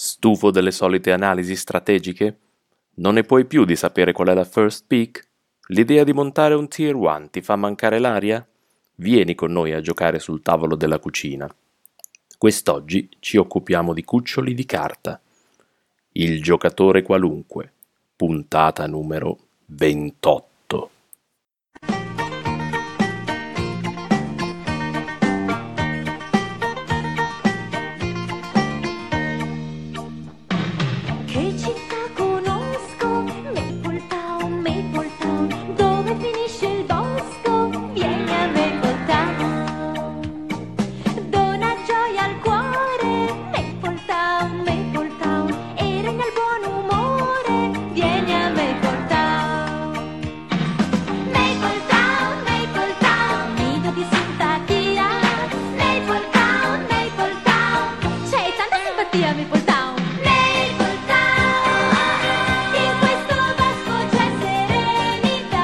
Stufo delle solite analisi strategiche? Non ne puoi più di sapere qual è la first pick? L'idea di montare un tier 1 ti fa mancare l'aria? Vieni con noi a giocare sul tavolo della cucina. Quest'oggi ci occupiamo di cuccioli di carta. Il giocatore qualunque, puntata numero 28. Che città conosco? Maple Town, Maple Town, dove finisce il bosco? Vieni a Maple Town. Dona gioia al cuore, Maple Town, Maple Town, e regna il buon umore, vieni a Maple Town. Maple Town, Maple Town, nido di simpatia. Maple Town, Maple Town, c'è tanta simpatia a Maple Town. Maple Town, in questo vasco c'è serenità.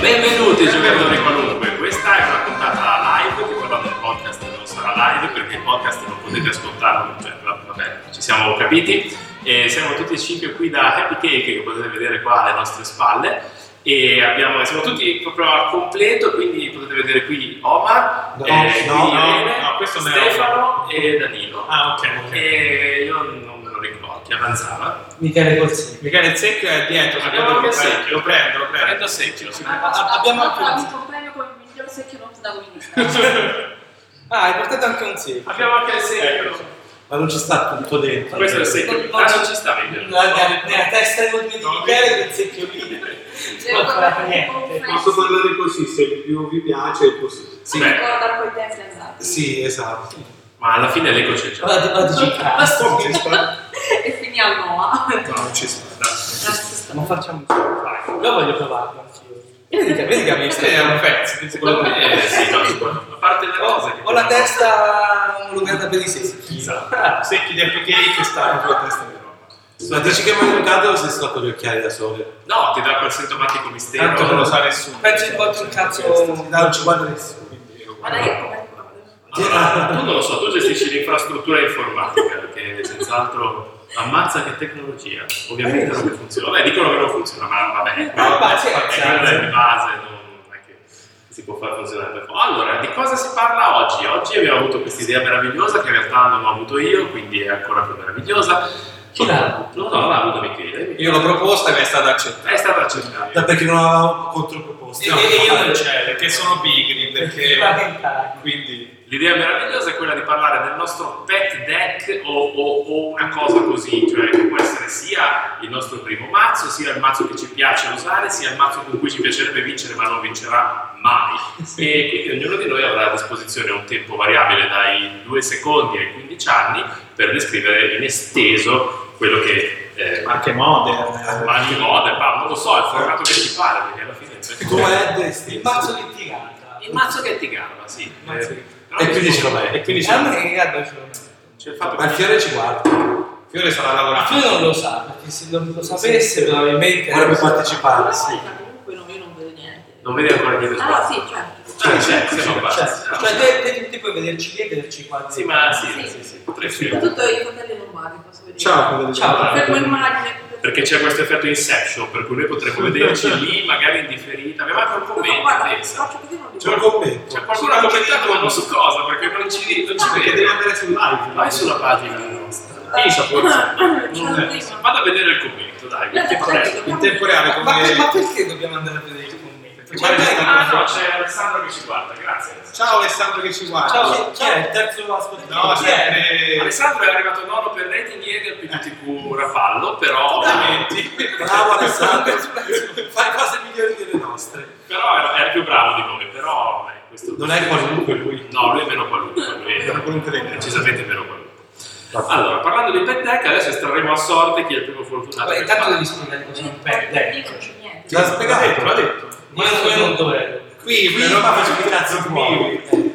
Benvenuti giocatori qualunque, questa è una puntata live che però nel podcast non sarà live perché il podcast non potete ascoltarlo, cioè, va- vabbè, ci siamo capiti. E siamo tutti e cinque qui da Happy Cake che potete vedere qua alle nostre spalle e abbiamo- siamo tutti proprio al completo, quindi potete vedere qui Omar, No, eh, no, qui no, Irene, no, questo non è Stefano e Danilo. Ah, ok, ok. E io non me lo ricordo, chi avanzava? Michele Corsini. Michele il secchio è dietro, Eh, Abbiamo secondo me, anche Secchio. lo prendo, lo prendo. Prendo secchio, sì. Ah, abbiamo anche ha un- vinto un premio come miglior secchio non protagonista. Ah, hai portato anche un sì. Abbiamo anche il secchio. Ma non ci sta tutto dentro. Questo è il secchio. Non- Ah, non- non ci sta meglio. Guarda, eh, nella testa di di Michele che il secchio lì. Cioè, Non guarda, fa niente. Posso parlare così, se più vi piace è così. Si Beh. ricorda quei tempi andati. Sì, esatto. Ma alla fine l'eco c'è già. Vado, vado giocare. Non ci sta. E finiamo Noah. No, non ci sta. Ma facciamo un Io voglio provarlo anch'io. Vedi che, vedi che mi Questo è un pezzo, penso quello che Eh, sì, no, tipo, a parte le cose che Ho la testa omologata per i sessi. Esatto. Ah, secchi di Happy Cake che stanno con la testa di roba. Ma dici che mi hai mancato o sei stato con gli occhiali da sole? No, ti dà quel sintomatico mistero. Tanto non lo sa nessuno. Penso che porti un cazzo. No, non ci guarda nessuno. Ma lei è come... Allora, tu non lo so, tu gestisci l'infrastruttura informatica, che senz'altro ammazza che tecnologia. Ovviamente non che funziona. Vabbè, dicono che non funziona, ma vabbè. Eh, Ma certo. pazienza. Perché quella è di base, non è che si può far funzionare per forza. Allora, di cosa si parla oggi? Oggi abbiamo avuto questa idea meravigliosa che in realtà non ho avuto io, quindi è ancora più meravigliosa. Chi l'ha No, no, l'ha avuto Michele. Io l'ho proposta e mi è stata accettata. È stata accettata. Da perché non avevamo controproposte. E, e io non c'è, perché sono pigri, perché... Spaventare. Quindi... L'idea meravigliosa è quella di parlare del nostro pet deck o, o- o una cosa così, cioè che può essere sia il nostro primo mazzo, sia il mazzo che ci piace usare, sia il mazzo con cui ci piacerebbe vincere ma non vincerà mai. E quindi ognuno di noi avrà a disposizione un tempo variabile dai 2 secondi ai 15 anni per descrivere in esteso quello che... eh, ma Anche modern. anche mode, ma non lo so, il formato che ci pare, perché alla fine... Come è Il destino. mazzo di tirata. Il mazzo che ti garba, sì. Eh, però- E quindi ce l'ho mai. E Eh, quindi A me c'è... che cazzo ce lo metto? C'è il fatto Ma il fiore ci guarda, Fiore sarà Ma lavorato. tu non lo sa, perché se non lo sapesse probabilmente... vorrebbe partecipare, sì. Comunque no, io non vedo niente. Non vedi ancora niente Ah, sbaglio. sì, certo. Ah, c'è, se no Cioè, basta. cioè te, te, te puoi vederci lì e vederci qua. Sì, ma sì, Sì. sì, sì, potrei finire. Tutto i fratelli lombardi, posso vedere. Ciao, Ciao. diciamo. Fermo immagine. Perché c'è questo effetto inception, per cui noi potremmo vederci lì, magari in differita. Abbiamo anche un Questo, commento, guarda, pensa. faccio così non c'è un dico. commento. C'è qualcuno che ha commentato, ma non so cosa, perché non ci, non ci Perché vede. devi andare sul live. Vai sulla pagina nostra. Pisa forse. Ciao, Non è- prima. Vado a vedere il commento, dai, perché presto. In tempo reale Ma, come... per- ma perché dobbiamo andare a vedere il commento? Cioè, Perché Guarda, magari- Ah no, c'è Alessandro che ci guarda, grazie. Ciao Alessandro che ci guarda. Ciao, Chi è il terzo ascoltatore? No, Chi sempre Alessandro è arrivato nono per rating ieri al PTQ Rafallo, però ovviamente... Bravo Alessandro, fai cose migliori delle nostre. Però era, era più bravo di noi, però eh, questo Non è qualunque lui. No, lui è meno qualunque, lui è Era qualunque dei miei. decisamente meno qualunque. Allora, parlando di pet deck, adesso estrarremo a sorte chi è il primo fortunato. Vabbè, che intanto fa. devi spiegare cosa è un pet deck. Io non c'è niente. L'ha spiegato, l'ha detto. Ma io non dovrei. Qui, qui, ma faccio che cazzo qui. Eh,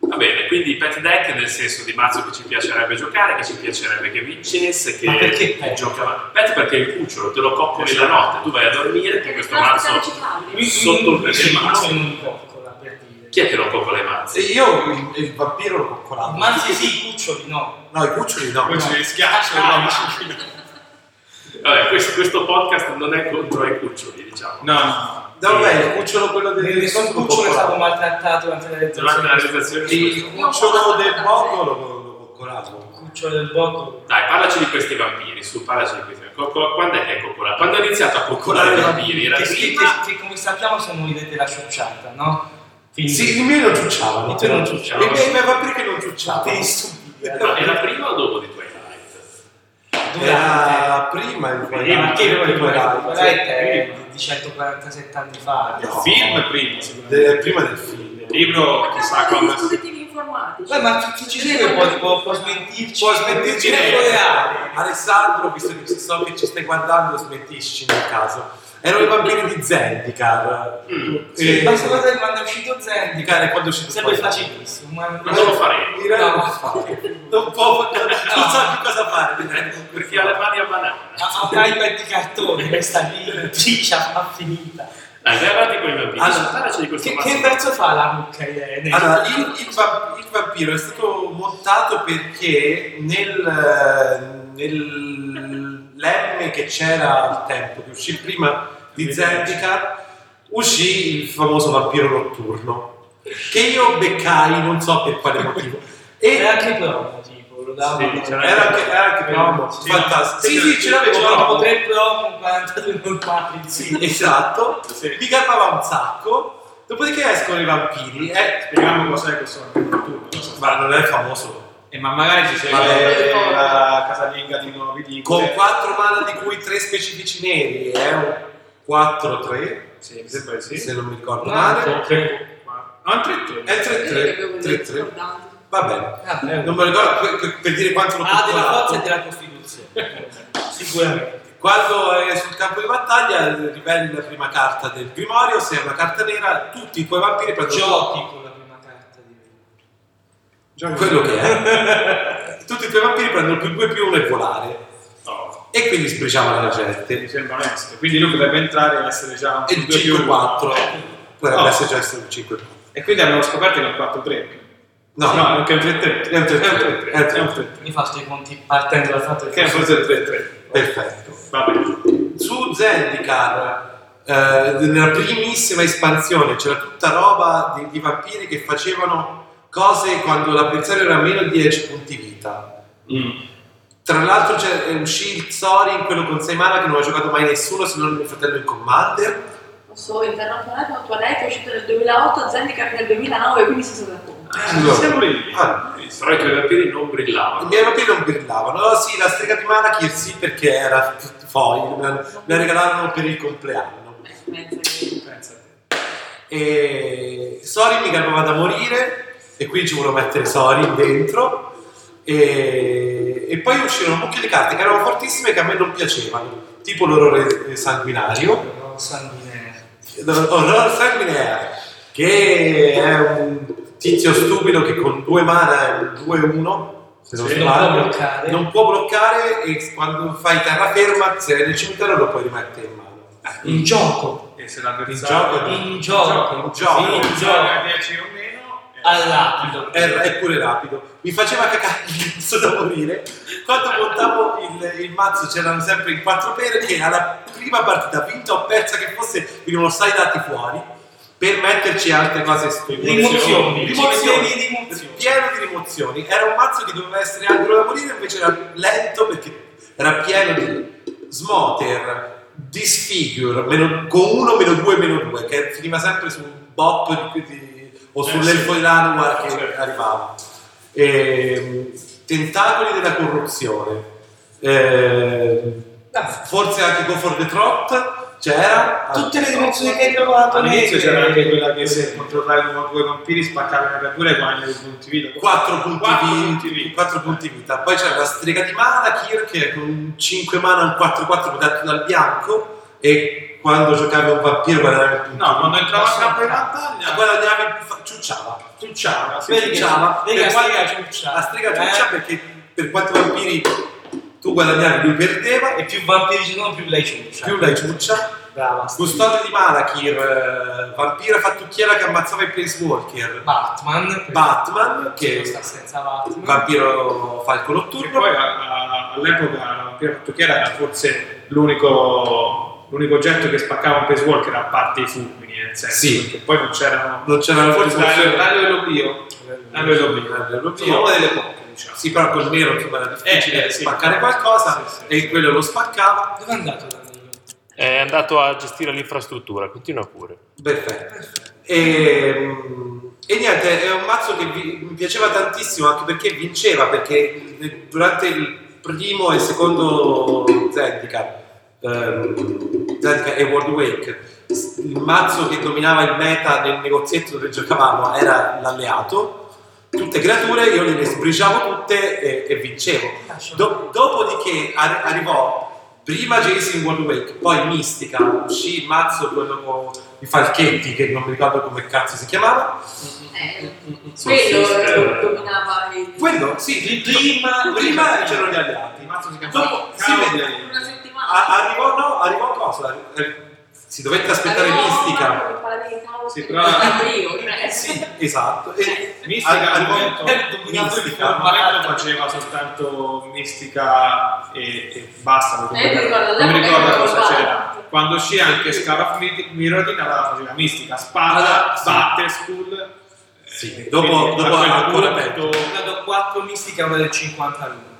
Va bene, quindi pet deck nel senso di mazzo che ci piacerebbe giocare, che ci piacerebbe che vincesse, che Ma perché che pet? gioca avanti. Pet perché è il cucciolo, te lo coccoli la notte, tu vai a dormire con questo Perché mazzo sono riciclabili. sotto il il perché mazzo mazzo. non coccola per dire. Chi è che non coccola i mazzi? Se io il, il vampiro lo coccolavo. Ma sì, sì, cuccioli, no. No, i cuccioli no. Poi ci schiaccio Ah, no, Vabbè, questo, questo podcast non è contro i cuccioli, diciamo. no, no. No, beh, il cucciolo quello del Nessun lo cucciolo è stato coccolavo. maltrattato durante la Durante la lezione. realizzazione di questo. Il cucciolo del bocco lo, lo coccolavo. Cucciolo del bocco. Dai, parlaci di questi vampiri, su, parlaci di questi vampiri. Co- co- Quando è che è coccolato? Quando ha iniziato a coccolare i vampiri? Era Che, che- prima? che- che come sappiamo sono i re della ciucciata, no? Quindi, Sì, i miei non ciucciavano. I tuoi non ciucciavano. I miei i miei vampiri che non ciucciavano. Te stupidi, eh. No, era prima o dopo di Twilight? durante... Era prima il Eh, ma che il Twilight? Twilight Twilight. è di 147 anni fa. No. Il film prima, sicuramente. Del- prima del film. Il libro chissà con quando dispositivi informatici. Beh, ma chi, chi ci segue può, può, può smentirci. Puoi smentirci Eh, nel reale. Alessandro, visto che so che ci stai guardando, smettisci nel caso. Erano i bambini di Zendikar. Mm, Sì, Eh, ma secondo te quando è uscito Zendikar Zendikar è quando ci sarebbe facilissimo. Ma Ma non lo faremo, Direi No. non lo fare. Non può, non so più cosa fare. perché ha le mani a banana. Ha un iPad di cartone, questa lì, ciccia, fa finita. Dai, vai avanti con i vampiri. Allora, parlaci di questo Che, mazzo. che verso fa la mucca eh, Irene? Allora, il, il va- il vampiro è stato montato perché nel, nel lemme che c'era al tempo, che uscì prima di Zendikar, uscì il famoso vampiro notturno, che io beccai non so per quale motivo. Era E anche promo, tipo, lo davo. Sì, c'era era anche, era anche promo, Sì, fantastico. Sì, Sì, sì, ce l'avevo C'erano promo. tre promo, 42 normali. Sì, esatto. Sì. Mi calmava un sacco. Dopodiché escono i vampiri, eh, Speriamo cos'è questo notturno. ma non è famoso. E Eh, ma magari ci Vabbè. serve la casalinga di nuovi di con 4 mana di cui 3 specifici neri è un 4-3 Sì, mi sembra di sì. se non mi ricordo Ah, male tre. Ah, un 3 è Io che avevo 3-3 detto 3-3 ricordando. va bene Ah, prego. non mi ricordo per, per- per dire quanto Ah, l'ho Ha Ah, della calcolato. forza e della costituzione. Sicuramente. quando è sul campo di battaglia riveli la prima carta del grimorio se è una carta nera tutti i tuoi vampiri prendono Giochi con la prima carta di quello che è tutti i tuoi vampiri prendono più 2 più 1 e volare e quindi sbriciamo la gente Mi sembra onesto. Quindi lui potrebbe entrare e essere già un e il 2 più 5-4 potrebbe Oh. essere già essere un 5-4 E quindi abbiamo scoperto che è un 4-3. no, no, che è un 3-3. È un 3-3. È un 3-3. Mi faccio i conti partendo dal fatto Che è che forse il 3-3. perfetto Va bene. su Zendikar, eh, nella primissima espansione, c'era tutta roba di, di vampiri che facevano cose quando l'avversario era a meno 10 punti vita. Mm. Tra l'altro c'è è uscì il Zorin, quello con 6 mana, che non ha giocato mai nessuno se non mio fratello in Commander. Non so, interrotto un attimo, Twilight è uscito nel 2008, Zendikar nel 2009, quindi si sovrappongono. Allora. Siamo lì. Ah. Però i tuoi vampiri non I brillavano. miei vampiri non brillavano. Oh sì, la strega di Manakir sì perché era foil, me la- me la regalarono per il compleanno. Eh, pensa che- Pensa a te. e Sorin mi calmava da morire e quindi ci volevo mettere Sorin dentro e, e poi uscirono un mucchio di carte che erano fortissime e che a me non piacevano tipo l'orrore sanguinario Non sanguinea. l'orrore sanguinario che è un tizio stupido che con due mana è un 2-1 se non Sì, non sbaglio può bloccare. non può bloccare e quando fai terraferma se è nel cimitero lo puoi rimettere in mano In gioco. E se la il gioco è In gioco. In gioco. Sì, in gioco. 10 o meno. eh, All'apido. Era- è pure rapido. Mi faceva cacare il cazzo da morire. Quando montavo il, il mazzo c'erano sempre in quattro pere che alla prima partita vinta o persa che fosse venivano sai dati fuori per metterci altre cose stupide. Rimozioni. Rimozioni. Ci mettevi rimozioni. Pieno di rimozioni. Era un mazzo che doveva essere angolo da morire, invece era lento perché era pieno di smoter, disfigure, meno- con 1, meno 2, meno 2, che finiva sempre su un bop di, di- o Eh, sull'elfo sì. di Lanowar che Certo. arrivava. Ehm, tentacoli della corruzione. Ehm, forse anche Go for the Trot c'era. Eh, Tutte le dimensioni che hai trovato. All'inizio nere. c'era anche quella che se controllare uno o due vampiri spaccare una cattura e guadagnare dei punti vita. 4 punti, Quattro vi- punti vita. quattro punti vita. Poi c'era la strega di mana, Kirk, che con 5 mana un 4-4 protetto dal bianco e quando giocavi un vampiro guardavi il punto. No, quando entrava Posso- in campo in Ah, battaglia Guardavi, fa- ciucciava. ciucciava. sì, Vedi che- ciucciava. ciucciava. vedi che Per la quanti- Eh. strega ciuccia. La strega Eh? ciuccia perché per quanti vampiri tu guadagnavi, lui perdeva, E più vampiri ci sono, più lei ciuccia. più la ciuccia. Brava. Custode di Malakir, eh, vampira fattucchiera che ammazzava i Place Walker, Batman. perché Batman, Che che sta senza Batman. vampiro falco E notturno, poi a- a- all'epoca Piero Fattucchiera era forse l'unico, l'unico oggetto che spaccava un Pace Walker a parte i fulmini, nel senso Sì. perché poi non c'erano. non c'erano Forse forse l'aereo l'aereo dell'oblio. L'aereo dell'oblio. Insomma, una l'oblio. delle poche, diciamo. Sì, però col nero insomma, era difficile Eh, eh, sì. spaccare qualcosa Sì, sì. e quello lo spaccava. Dove è andato Danilo? È andato a gestire l'infrastruttura, continua pure. Perfetto. E, mm, e niente, è un mazzo che vi- mi piaceva tantissimo anche perché vinceva, perché eh, durante il primo e il secondo Zendikar, ehm, Zendikar e World Wake, s- il mazzo che dominava il meta nel negozietto dove giocavamo era l'alleato, tutte creature, io le sbriciavo tutte e, e vincevo. Do- dopodiché ar- arrivò prima Jason World Wake, poi Mystica, uscì il mazzo quello con i falchetti che non mi ricordo come cazzo si chiamava. Eh, Sul quello sister. dominava il... Quello, sì, prima, prima c'erano gli alleati. Il mazzo si chiamava Dopo si Cavoli. vede- Una settimana. a- arrivò, no, arrivò cosa? Eh, Si dovette aspettare Arrivò Mystica. per parlare di cavolo, Sì, per però- parlare io, cioè. Sì, esatto. E, Mistica al- al al- momento, eh, dominato di Mistica. forma, ma non faceva soltanto mistica e, e basta. Non, Eh, mi ricordo, non mi ricordo all'epoca cosa era c'era. colpata. Quando uscì anche Scaraf Mirodina la faceva mistica, spada, Eh, Allora, sì. batter school. Sì, dopo- dopo ancora peggio. Ho dato 4 mistica, una del 51.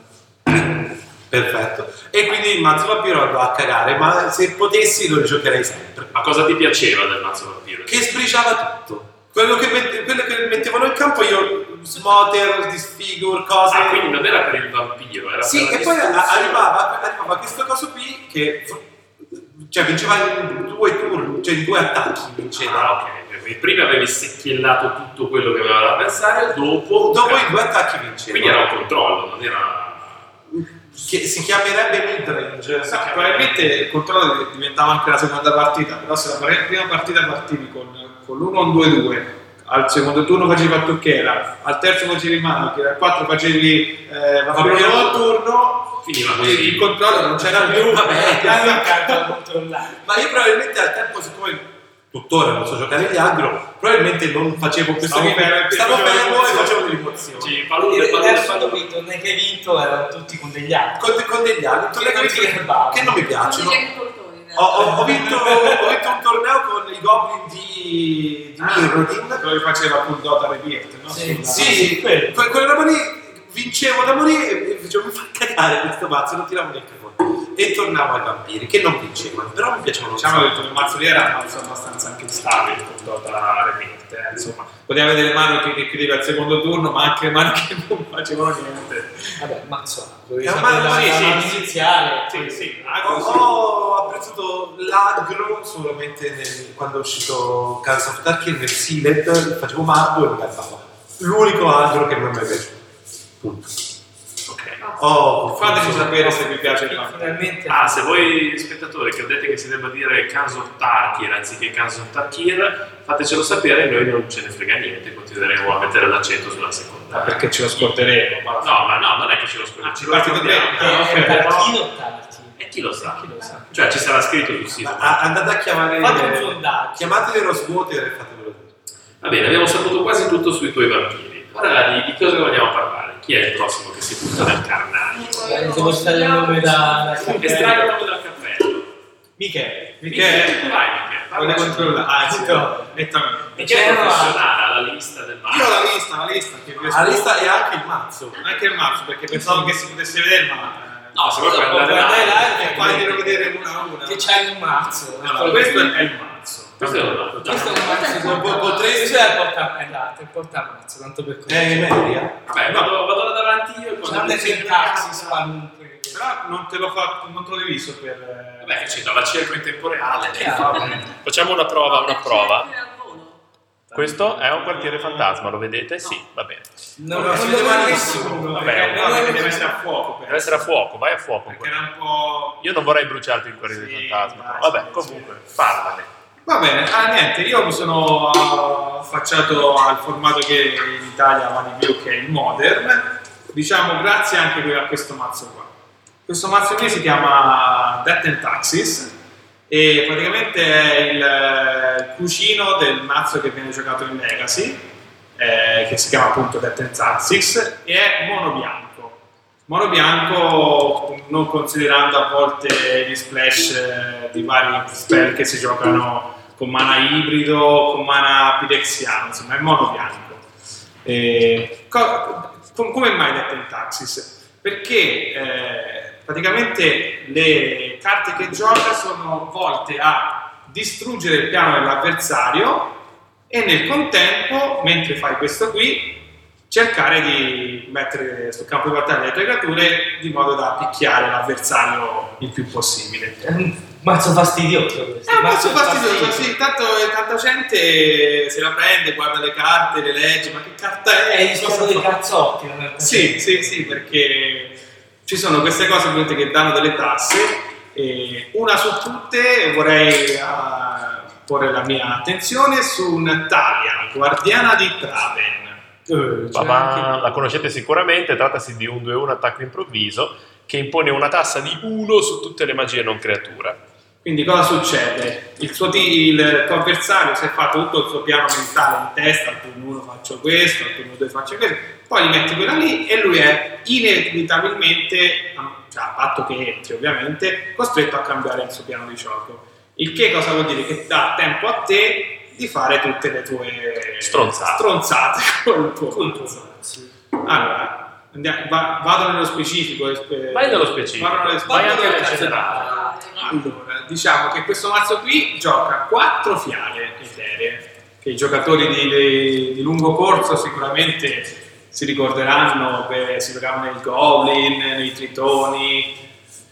Perfetto. E quindi il mazzo vampiro andò a cagare, ma se potessi lo giocherei sempre. Ma cosa ti piaceva del mazzo vampiro? che sbriciava tutto. Quello che, mette- quello che mettevano in campo io, smoter, disfigure, cose. Ah, quindi non era per il vampiro, era sì, per e la poi a- distruzione. arrivava, arrivava questo coso qui che cioè, vinceva in due turni, cioè in due attacchi vinceva. Ah, ok. Prima avevi secchiellato tutto quello che aveva l'avversario, dopo... Dopo in due attacchi vinceva. Quindi era un controllo, non era... Che si chiamerebbe midrange. Sa- probabilmente il controllo diventava anche la seconda partita, però se la pre- prima partita partivi con, con l'1 un 2-2, al secondo turno facevi Fattucchiera, al terzo facevi Manochiera, al quarto facevi eh, Vampiro Vampiro turno, Finiva e così. il controllo non c'era più, Vabbè, Allora, Ma io probabilmente al tempo, siccome tuttora non so giocare gli agro, probabilmente non facevo questo Stavo game. fermo e Stavo facevo fermo e l'emozione. facevo l'emozione. Sì, E palude, era palude, stato palude. vinto, non è che hai vinto, erano tutti con degli altri. Con, con degli altri, Che non colleghi ti che, ricordavo. che non mi piacciono. Con i coltori, in realtà. Ho, ho- ho vinto, ho vinto un torneo con i Goblin di, di Mirrodin. dove faceva appunto Dota Rebirth, no? Sì, Sulla- Sì, que- quella roba lì vincevo da morire e facevo mi fa cagare questo mazzo, non tiravo neanche fuori. E tornavo ai vampiri, che non vincevano, però mi piacevano. un Diciamo sacco. che il mazzo lì era un mazzo abbastanza anche instabile con Dota Rebirth, eh, insomma, poteva avere le mani che che chiudeva al secondo turno, ma anche le mani che non facevano niente. Vabbè, mazzo. È un sapere mazzo, la- sì, la- sì, la- sì. iniziale. Sì, sì, Ah, Ho, ho apprezzato l'agro solamente nel- quando è uscito Cars of Dark nel Sealed, facevo mago e mi cantavo. L'unico agro che non mi è piaciuto. Punto. Ok. Oh, Fateci funziona. sapere se vi piace il vampiro. Finalmente. Ah, se voi spettatori credete che si debba dire Cans of Tarkir anziché Cans of Tarkir, fatecelo sapere, noi non ce ne frega niente, continueremo a mettere l'accento sulla seconda. Ah, perché ce lo scorderemo. Ma la- No, ma no, non è che ce lo scordiamo, ce lo Partito ricordiamo. bene. Eh, ok, Tartino, Tartino. E chi lo sa? Chi lo sa? Cioè, ci sarà scritto sul sito. Ma- a- andate a chiamare Fate un sondaggio. chiamate Rosewater e fatemelo dire. Va bene, abbiamo saputo quasi tutto sui tuoi vampiri. Ora di, di cosa vogliamo parlare? Chi è il prossimo che si butta nel carnaio? Eh, Devo stare il nome da... da- Estrai il nome dal cappello. Michele. Michele, vai Michele. voglio parlaci. controllare. Ah, sì, Tutto. nettamente. Michele è Michele, professionale alla lista del Io ho mare. la lista, la lista che vi ho La lista è anche il mazzo. Anche il mazzo, perché pensavo che si potesse vedere, ma... eh, No, se vuoi puoi Guardai andare là. là E e qua poi devo vedere una a una. eh, che c'hai un mazzo. Allora, questo è il mazzo. Questo è un altro. Questo è un Po- po- mazzo. Potresti... Questo è il porta... Esatto, il portamazzo, tanto per così. Eh, Meria. Vabbè, vado, vado là davanti io e poi... C'hanno dei taxi qualunque. Però non te l'ho fatto, non te l'ho diviso per... eh, Vabbè, che c'entra, la cerco in tempo Ah, reale. Chiaro. Facciamo una prova, una prova. C'era il volo. Questo è un quartiere fantasma, lo vedete? Sì, va bene. Non Vabbè, non si lo vedeva vuole nessuno. nessuno. Perché Vabbè, no, perché deve essere a fuoco, Deve essere a fuoco, vai a fuoco. Perché era un po'... Io non vorrei bruciarti il quartiere Sì, fantasma, però. dai, Vabbè, sì, comunque, parlane. Va bene, ah, niente, io mi sono ah, affacciato al formato che in Italia va di più che è il modern, diciamo grazie anche a questo mazzo qua. Questo mazzo qui si chiama Death and Taxis e praticamente è il eh, cuscino del mazzo che viene giocato in Legacy, eh, che si chiama appunto Death and Taxis, e è mono bianco. Mono bianco non considerando a volte gli splash eh, di vari spell che si giocano con mana ibrido, con mana pidexiano, insomma è mono bianco. Eh, co- com- come mai Death and Taxis? Perché eh, praticamente le carte che gioca sono volte a distruggere il piano dell'avversario e nel contempo, mentre fai questo qui, cercare di mettere sul campo di battaglia le tue creature di modo da picchiare l'avversario il più possibile. È un mazzo fastidioso questo. È un mazzo fastidioso, sì, tanto tanta gente se la prende, guarda le carte, le legge, ma che carta È è? il gioco dei cazzotti, non è Sì, sì, sì, perché ci sono queste cose ovviamente che danno delle tasse. E una su tutte vorrei ah, porre la mia attenzione su Natalia, guardiana di Traven. Eh, Ma- cioè, ma la conoscete sicuramente, trattasi di un 2-1 attacco improvviso che impone una tassa di 1 su tutte le magie non creatura. Quindi cosa succede? Il, suo ti- il tuo avversario si è fatto tutto il suo piano mentale in testa, al turno 1 faccio questo, al turno 2 faccio questo, poi gli metti quella lì e lui è inevitabilmente, cioè a patto che entri ovviamente, costretto a cambiare il suo piano di gioco. Il che cosa vuol dire? Che dà tempo a te di fare tutte le tue Stronzate. stronzate col tuo appunto, mazzo. sì. Allora, andiamo- va- vado nello specifico. eh, Vai nello specifico, vado nello vai anche vado nel nel generale. allora, diciamo che questo mazzo qui gioca quattro fiale eteree, che i giocatori di, di- di lungo corso sicuramente si ricorderanno, beh, si giocavano nei Goblin, nei Tritoni.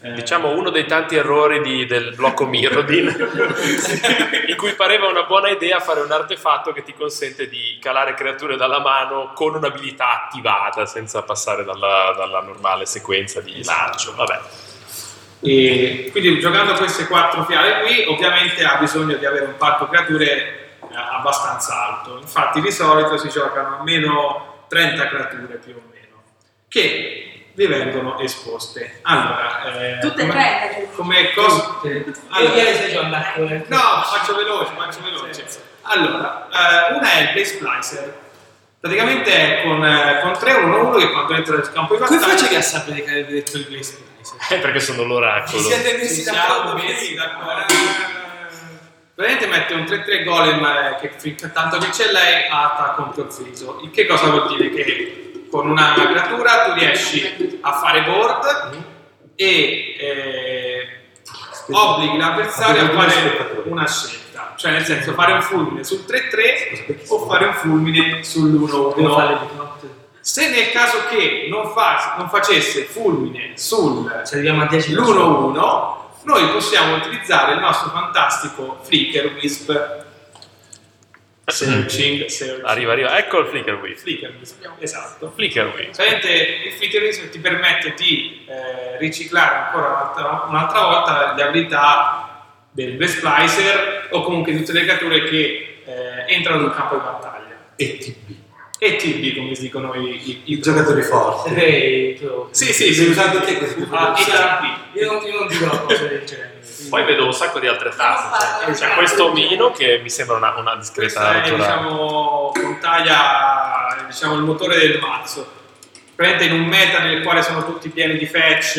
eh, Diciamo uno dei tanti errori di- del blocco Mirrodin, in cui pareva una buona idea fare un artefatto che ti consente di calare creature dalla mano con un'abilità attivata, senza passare dalla, dalla normale sequenza di lancio. Vabbè. E quindi giocando queste quattro fiale qui, ovviamente ha bisogno di avere un parco creature eh, abbastanza alto. Infatti, di solito si giocano almeno 30 creature più o meno, che vi vengono esposte. Allora, eh, Tutte e come- 30, giusto? Come cosa? Io ieri sei andato. eh. No, faccio veloce, faccio veloce. Allora, eh, una è il Base Splicer. Praticamente è con, eh, con 3-1-1 che quando entra nel campo di Come battaglia... facevi a sapere che avevi detto il Blaze Eh, perché sono Ci l'oracolo. siete Ci messi siamo d'accordo messi messi d'accordo. Praticamente mette un 3-3 golem eh, che finché tanto che c'è lei attacca contro Friso. Il che cosa vuol dire? Che con una creatura tu riesci a fare board e eh, obblighi l'avversario a Abbiamo due fare spettatori. una scelta. Cioè nel senso fare un fulmine sul 3-3 o fare un fulmine sull'1-1. Devo fare le di notte. Se nel caso che non, fa- non facesse fulmine sul Ci arriviamo a 10 l'1-1 noi possiamo utilizzare il nostro fantastico Flicker Wisp Searching, searching. Arriva, arriva. Ecco il Flicker Whiff. Flicker Wisp, esatto Flicker Whiff. Praticamente il Flicker Wisp ti permette di eh, riciclare ancora un'altra, un'altra volta le abilità del Best Splicer o comunque di tutte le creature che eh, entrano nel campo di battaglia E TB. e TB come si dicono i, i- i- I giocatori Eh, forti. Ehi, tu. sì sì Sei sì usato te questo? Ah, e TB Io non, io non dico una cosa del genere. quindi- Poi vedo un sacco di altre tasse. C'è questo omino che mi sembra una, una discreta Questa è rotolata. diciamo, contaglia diciamo, il motore del mazzo. Praticamente in un meta nel quale sono tutti pieni di fetch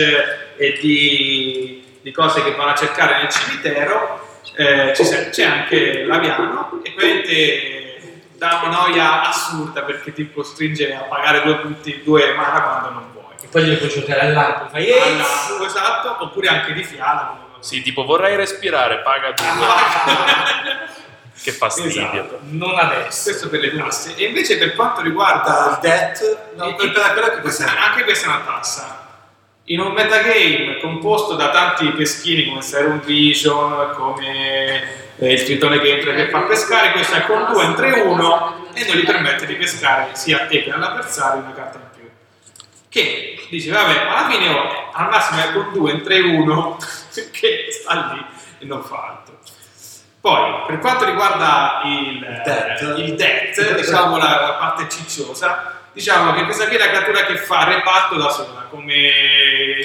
e di, di cose che vanno a cercare nel cimitero, eh, ci se- c'è anche l'aviano e praticamente dà una noia assurda perché ti costringe a pagare due punti, due mana quando non vuoi. E poi glielo puoi giocare all'altro. Fai yes! Alla- esatto, oppure anche di fiala. come- Sì, tipo vorrei respirare, paga due. Ah, che fastidio. Esatto. Non adesso. Questo per le tasse. E invece per quanto riguarda Dal death. Eh, No, per per- quello che Questa- questa è. anche questa è una tassa. In un metagame composto da tanti peschini come Serum Vision, come eh, il tritone che entra e che fa pescare, questo è con 2 in 3-1 e non gli permette di pescare sia a te che all'avversario una carta in più. Che dice, vabbè, ma alla fine oh, al massimo è con 2 in 3-1 che sta lì e non fa altro. Poi, per quanto riguarda il, Death. il death, diciamo la, la parte cicciosa, Diciamo che questa qui è la creatura che fa reparto da sola, come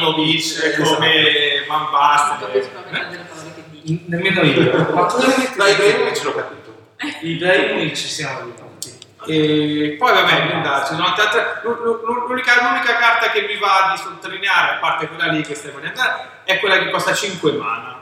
Davimovic, Esatto. come Van Non Basten. Esatto, capisco la metà eh? delle parole che dici. Nemmeno io. Ma cosa mi metti? Dai, che ce l'ho capito. I Ibrahimovic ci siamo rivolti. E poi vabbè, andate, sono tante- l'u- l'u- l'unica, l'unica carta che mi va di sottolineare, a parte quella lì che stai per andare, è quella che costa 5 mana.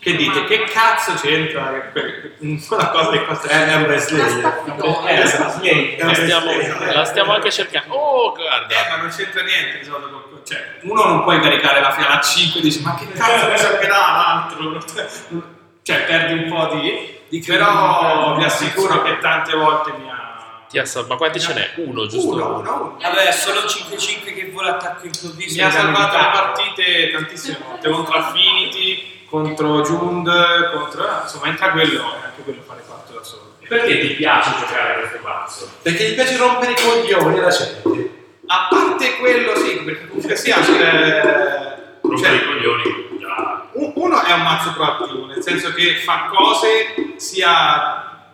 Che dite, che cazzo c'entra que- una cosa che costa È, è 5 un bel La slayer. staffitone. Eh, esatto, sì, La stiamo, Esatto. eh, la stiamo anche cercando. Oh, eh, guarda. ma non c'entra niente, di solito, con- cioè, uno non puoi caricare la fiala a 5 e dici, ma che cazzo ne sapeva l'altro? Cioè, perdi un po' di... però vi assicuro che tante volte mi ha... Ti assa- ma quanti ce n'è? Uno, giusto? Uno, uno, uno. Vabbè, solo 5-5 che vola attacco improvviso. mi ha salvato le la partite tantissime volte contro Affinity, contro Jund, contro ah, insomma entra quello e anche quello fa reparto da solo. Perché ti piace giocare a questo mazzo? Perché gli piace rompere i coglioni alla gente. A parte quello sì, perché comunque sia eh, Rompere i cioè, coglioni. già. u- uno è un mazzo proattivo, nel senso che fa cose sia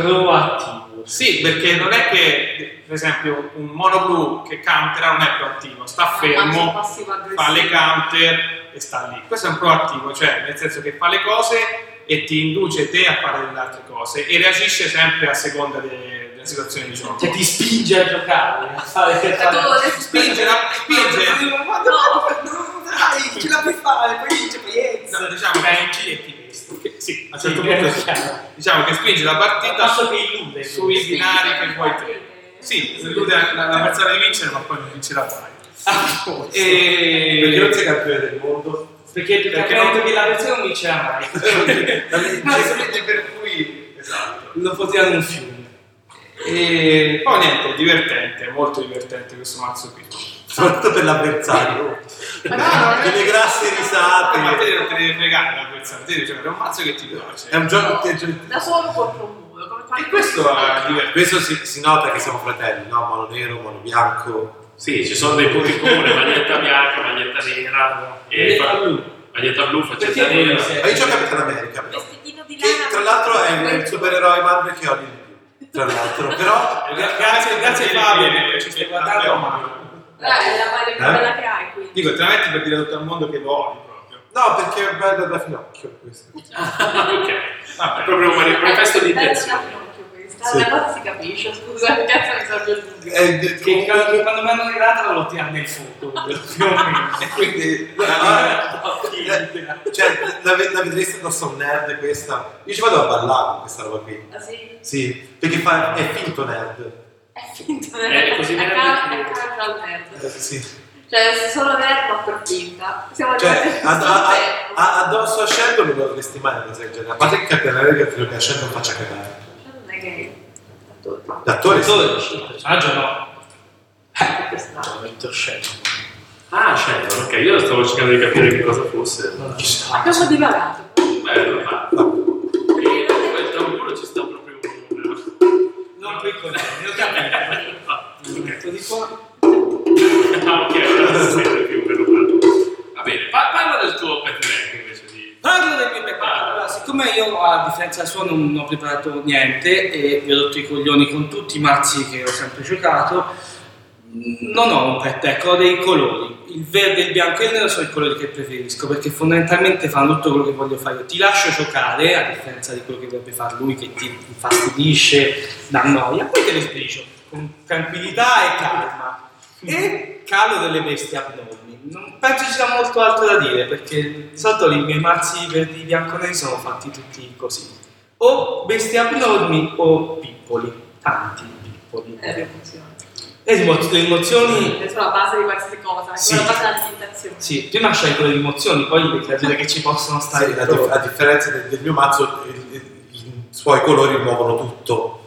Proattivo. sì, perché non è che per esempio un mono blu che countera non è proattivo, sta Mazzo fermo, passivo-aggressivo. fa le counter e sta lì. Questo è un proattivo, cioè nel senso che fa le cose e ti induce te a fare delle altre cose e reagisce sempre a seconda de- della situazione di gioco. Cioè ti spinge a giocare, a fare che Giocatore. Spinge, la- spinge. Ma dai, ce la puoi fare, poi dice Pienza. No, diciamo che Beh, chi è ti questo? che- sì, a un Sì, certo è punto sì. chiaro. diciamo che spinge la partita Passo che illude. sui Sì, binari che sì, vuoi sì. te. Sì, illude la- la- l'avversario di vincere, ma poi non vincerà mai. Ah, E... Perché non sei campione del mondo. Perché il Perché piccacamento non- di Lavezzo non vinceva mai. Semplicemente per cui. Esatto. Lo poteva un fiume. E poi niente, divertente, molto divertente questo mazzo qui. Soprattutto per l'avversario. No, no, Delle grasse risate. Ma te non te ne devi fregare la pensare, te devi giocare a cioè, un mazzo che ti piace. È un gioco che. Da solo contro un muro. come quando- E questo è divertente. Questo si, si nota che siamo fratelli, no? Mono nero, mono bianco. Sì, ci sono dei punti in comune, maglietta bianca, maglietta nera, e Maglietta fa- blu. maglietta blu, faccetta Perché nera. sei- Eh, Ma io gioco a Capitano America, però. Vestitino di lana. Che tra l'altro è il Eh, supereroe Marvel che odio di più. Tra l'altro, però. Eh, Gra- Grazie, grazie Fabio che ci stai guardando a Dai, è la maglia più Eh? bella che hai qui. Dico, te la metti per dire a tutto il mondo che lo odi proprio. No, perché è bello da finocchio questo. Ok, Vabbè. è proprio un mani- manifesto di È bella intenzione. da Pinocchio questa. Sì. Da cosa si capisce? Scusa, che cazzo mi sorge il dubbio. È, Che ca- che quando mi hanno regalato lo tirano nel fuoco. più o meno. quindi. Sì. Ah, Cioè, la, ve- la vedresti addosso a un nerd questa? Io ci vado a ballare con questa roba qui. Ah, sì? Sì, perché fa, è finto nerd. È finto. È così È nerd cal- che- è caldo al nerd. Eh, sì. Cioè, solo nerd ma per finta. Siamo Cioè, arrivati a- a- a- tempo. a- addosso a Sheldon mi guardo questi mani, cose del genere. A parte che Captain America credo che a Sheldon faccia cagare. Cioè, Non è che... Tutto. L'attore sì. Personaggio no. Questo no. Victor Shelton. Ah, certo, ok, io stavo cercando di capire che cosa fosse. Non ci sta. Abbiamo divagato. Bello, ma... E comunque il tamburo ci sta proprio un... Non piccolo, non capito. Ah, ok. Metto di qua. Ah, ok, allora si sente più, meno male. Va bene, pa- parla del tuo pet neck invece di... Parlo del mio peccato. Allora, siccome io a differenza sua non ho preparato niente e vi ho rotto i coglioni con tutti i mazzi che ho sempre giocato, non ho un pet deck, ho dei colori. Il verde, il bianco e il nero sono i colori che preferisco perché fondamentalmente fanno tutto quello che voglio fare. Io ti lascio giocare, a differenza di quello che dovrebbe fare lui che ti infastidisce, dà noia, poi te lo sbricio con tranquillità e calma. E calo delle bestie abnormi. Non penso ci sia molto altro da dire perché di solito i miei mazzi verdi bianco neri sono fatti tutti così. O bestie abnormi o piccoli, tanti piccoli. È l'emozione. E le emo- le emozioni È sulla base di qualsiasi cosa, è Sì. sulla base dell'alimentazione. Sì, prima scegli quelle emozioni, poi le creature che ci possono stare. Sì, a, intorno. dif- a differenza del, del mio mazzo, il- il- i suoi colori muovono tutto.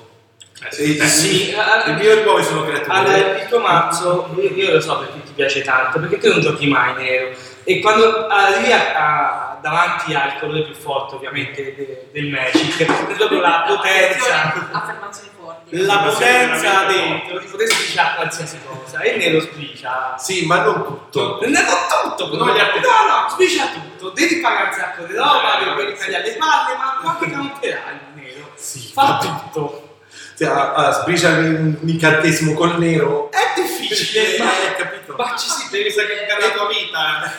Eh, E- eh, sì, Il allora, mio e il nuovo sono creature. allora, il picco mazzo, io, io lo so perché ti piace tanto, perché tu non giochi mai nero. E quando arrivi a- a- davanti al colore più forte, ovviamente, de- del Magic, è proprio la potenza. Affermazioni forti. La potenza dentro, ti potresti sbriciare qualsiasi cosa, e il nero sbricia. Sì, ma non tutto. Non è con tutto, No, no, gli altri- no, no, sbricia tutto, devi pagare un sacco di roba, Eh, devi tagliare le palle, ma quanto canterà il nero? Sì, Fa tutto. cioè, a, a sbriciarmi un, un incantesimo col nero. È difficile, ma, eh, capito? ma ci si Devi sacrificare la tua vita. eh. Eh,